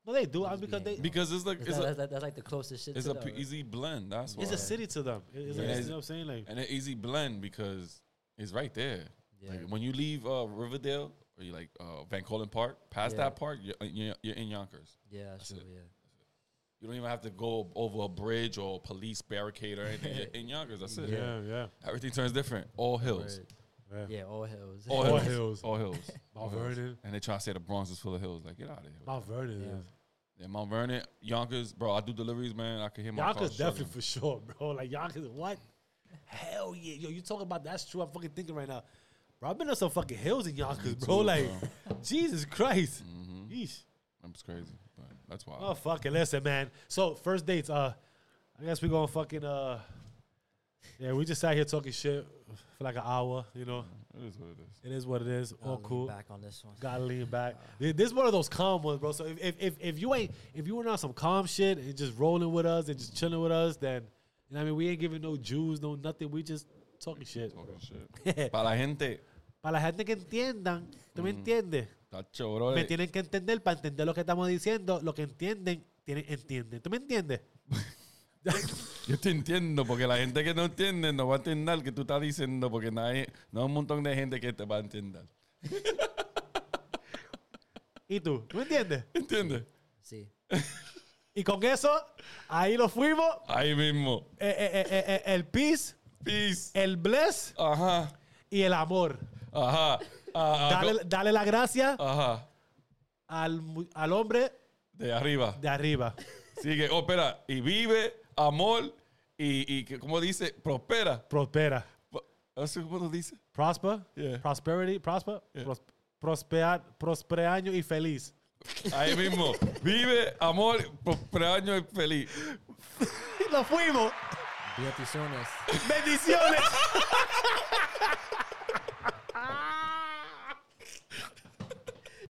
Speaker 4: no they do I
Speaker 2: Just
Speaker 4: because
Speaker 2: being-
Speaker 4: they
Speaker 3: because it's like
Speaker 2: it's
Speaker 3: it's
Speaker 2: that-
Speaker 3: a
Speaker 2: that's, that- that's like the closest shit
Speaker 3: it's
Speaker 2: to
Speaker 3: a
Speaker 2: them.
Speaker 3: p- easy blend. That's why
Speaker 4: it's a city to them. It- It's
Speaker 3: Yeah.
Speaker 4: like,
Speaker 3: Yeah.
Speaker 4: you know what I'm saying like
Speaker 3: and an easy blend because it's right there.
Speaker 2: Yeah.
Speaker 3: Like when you leave uh, Riverdale or you like uh, Van Colen Park, past
Speaker 2: Yeah.
Speaker 3: that park, you're, you're, you're in Yonkers.
Speaker 2: yeah, that's
Speaker 3: That's
Speaker 2: true, yeah.
Speaker 3: You don't even have to go over a bridge or a police barricade or anything. You're in Yonkers, that's it.
Speaker 4: yeah
Speaker 2: Yeah.
Speaker 4: yeah
Speaker 3: Everything turns different. All hills.
Speaker 2: Word.
Speaker 4: yeah.
Speaker 2: Yeah, all hills.
Speaker 3: All
Speaker 4: All
Speaker 3: hills.
Speaker 4: hills.
Speaker 3: All hills.
Speaker 4: Mount Vernon
Speaker 3: and they try to say the Bronx is full of hills. Like, get out of here.
Speaker 4: Mount Vernon
Speaker 2: Yeah.
Speaker 4: is
Speaker 3: Yeah, Mount Vernon, Yonkers, bro. I do deliveries, man. I can hear my car
Speaker 4: Yonkers definitely for
Speaker 3: struggling.
Speaker 4: sure, bro. Like Yonkers, what? Hell yeah, yo, you talking about that's true. I'm fucking thinking right now, bro. I've been on some fucking hills in Yonkers, bro.
Speaker 3: too, Mm-hmm.
Speaker 4: like, Jesus Christ, Yeesh.
Speaker 3: It's crazy, but that's why.
Speaker 4: Oh fucking listen, man. So first dates, uh, I guess we going fucking uh, yeah, we just sat here talking shit for like an hour. You know,
Speaker 3: It is what it is.
Speaker 4: it is what it is.
Speaker 2: I'll
Speaker 4: All
Speaker 2: lean
Speaker 4: cool.
Speaker 2: Back Uh. on this one.
Speaker 4: Gotta lean back. Th- This is one of those calm ones, bro. So if if, if, if you ain't if you were on some calm shit and just rolling with us and just chilling with us, then you know what I mean we ain't giving no Jews, no nothing. We just talking shit.
Speaker 3: Talking shit. Para la gente,
Speaker 4: Para la gente que entiendan, ¿tú me entiendes?
Speaker 3: tacho, bro. eh,
Speaker 4: Me tienen que entender para entender lo que estamos diciendo. Lo que entienden, tienen, entienden. ¿Tú me entiendes?
Speaker 3: Yo te entiendo, porque la gente que no entiende no va a entender que tú estás diciendo, porque nadie, no hay un montón de gente que te va a entender.
Speaker 4: ¿Y tú? ¿Tú me entiendes?
Speaker 3: ¿Entiendes?
Speaker 2: See,
Speaker 4: Y con eso, ahí lo fuimos.
Speaker 3: Ahí mismo.
Speaker 4: Eh, eh, eh, eh, eh, el peace,
Speaker 3: Peace.
Speaker 4: el bless
Speaker 3: Ajá.
Speaker 4: y el amor.
Speaker 3: Ajá. Ah, ah,
Speaker 4: Dale, dale la gracia
Speaker 3: go- Ajá.
Speaker 4: al, mu- al hombre
Speaker 3: De arriba.
Speaker 4: de arriba.
Speaker 3: Sigue, oh, espera. Y vive, amor, y, y que, ¿cómo dice? Prospera.
Speaker 4: Prospera.
Speaker 3: Pro- ¿Eso cómo lo dice?
Speaker 4: Prosper.
Speaker 3: Yeah.
Speaker 4: Prosperity. Prosper.
Speaker 3: Yeah.
Speaker 4: Pros- prosperar, prospeaño y feliz.
Speaker 3: Ahí mismo. Vive, amor, prospera año y feliz.
Speaker 4: Y nos fuimos.
Speaker 2: Beatitudes.
Speaker 4: Bendiciones.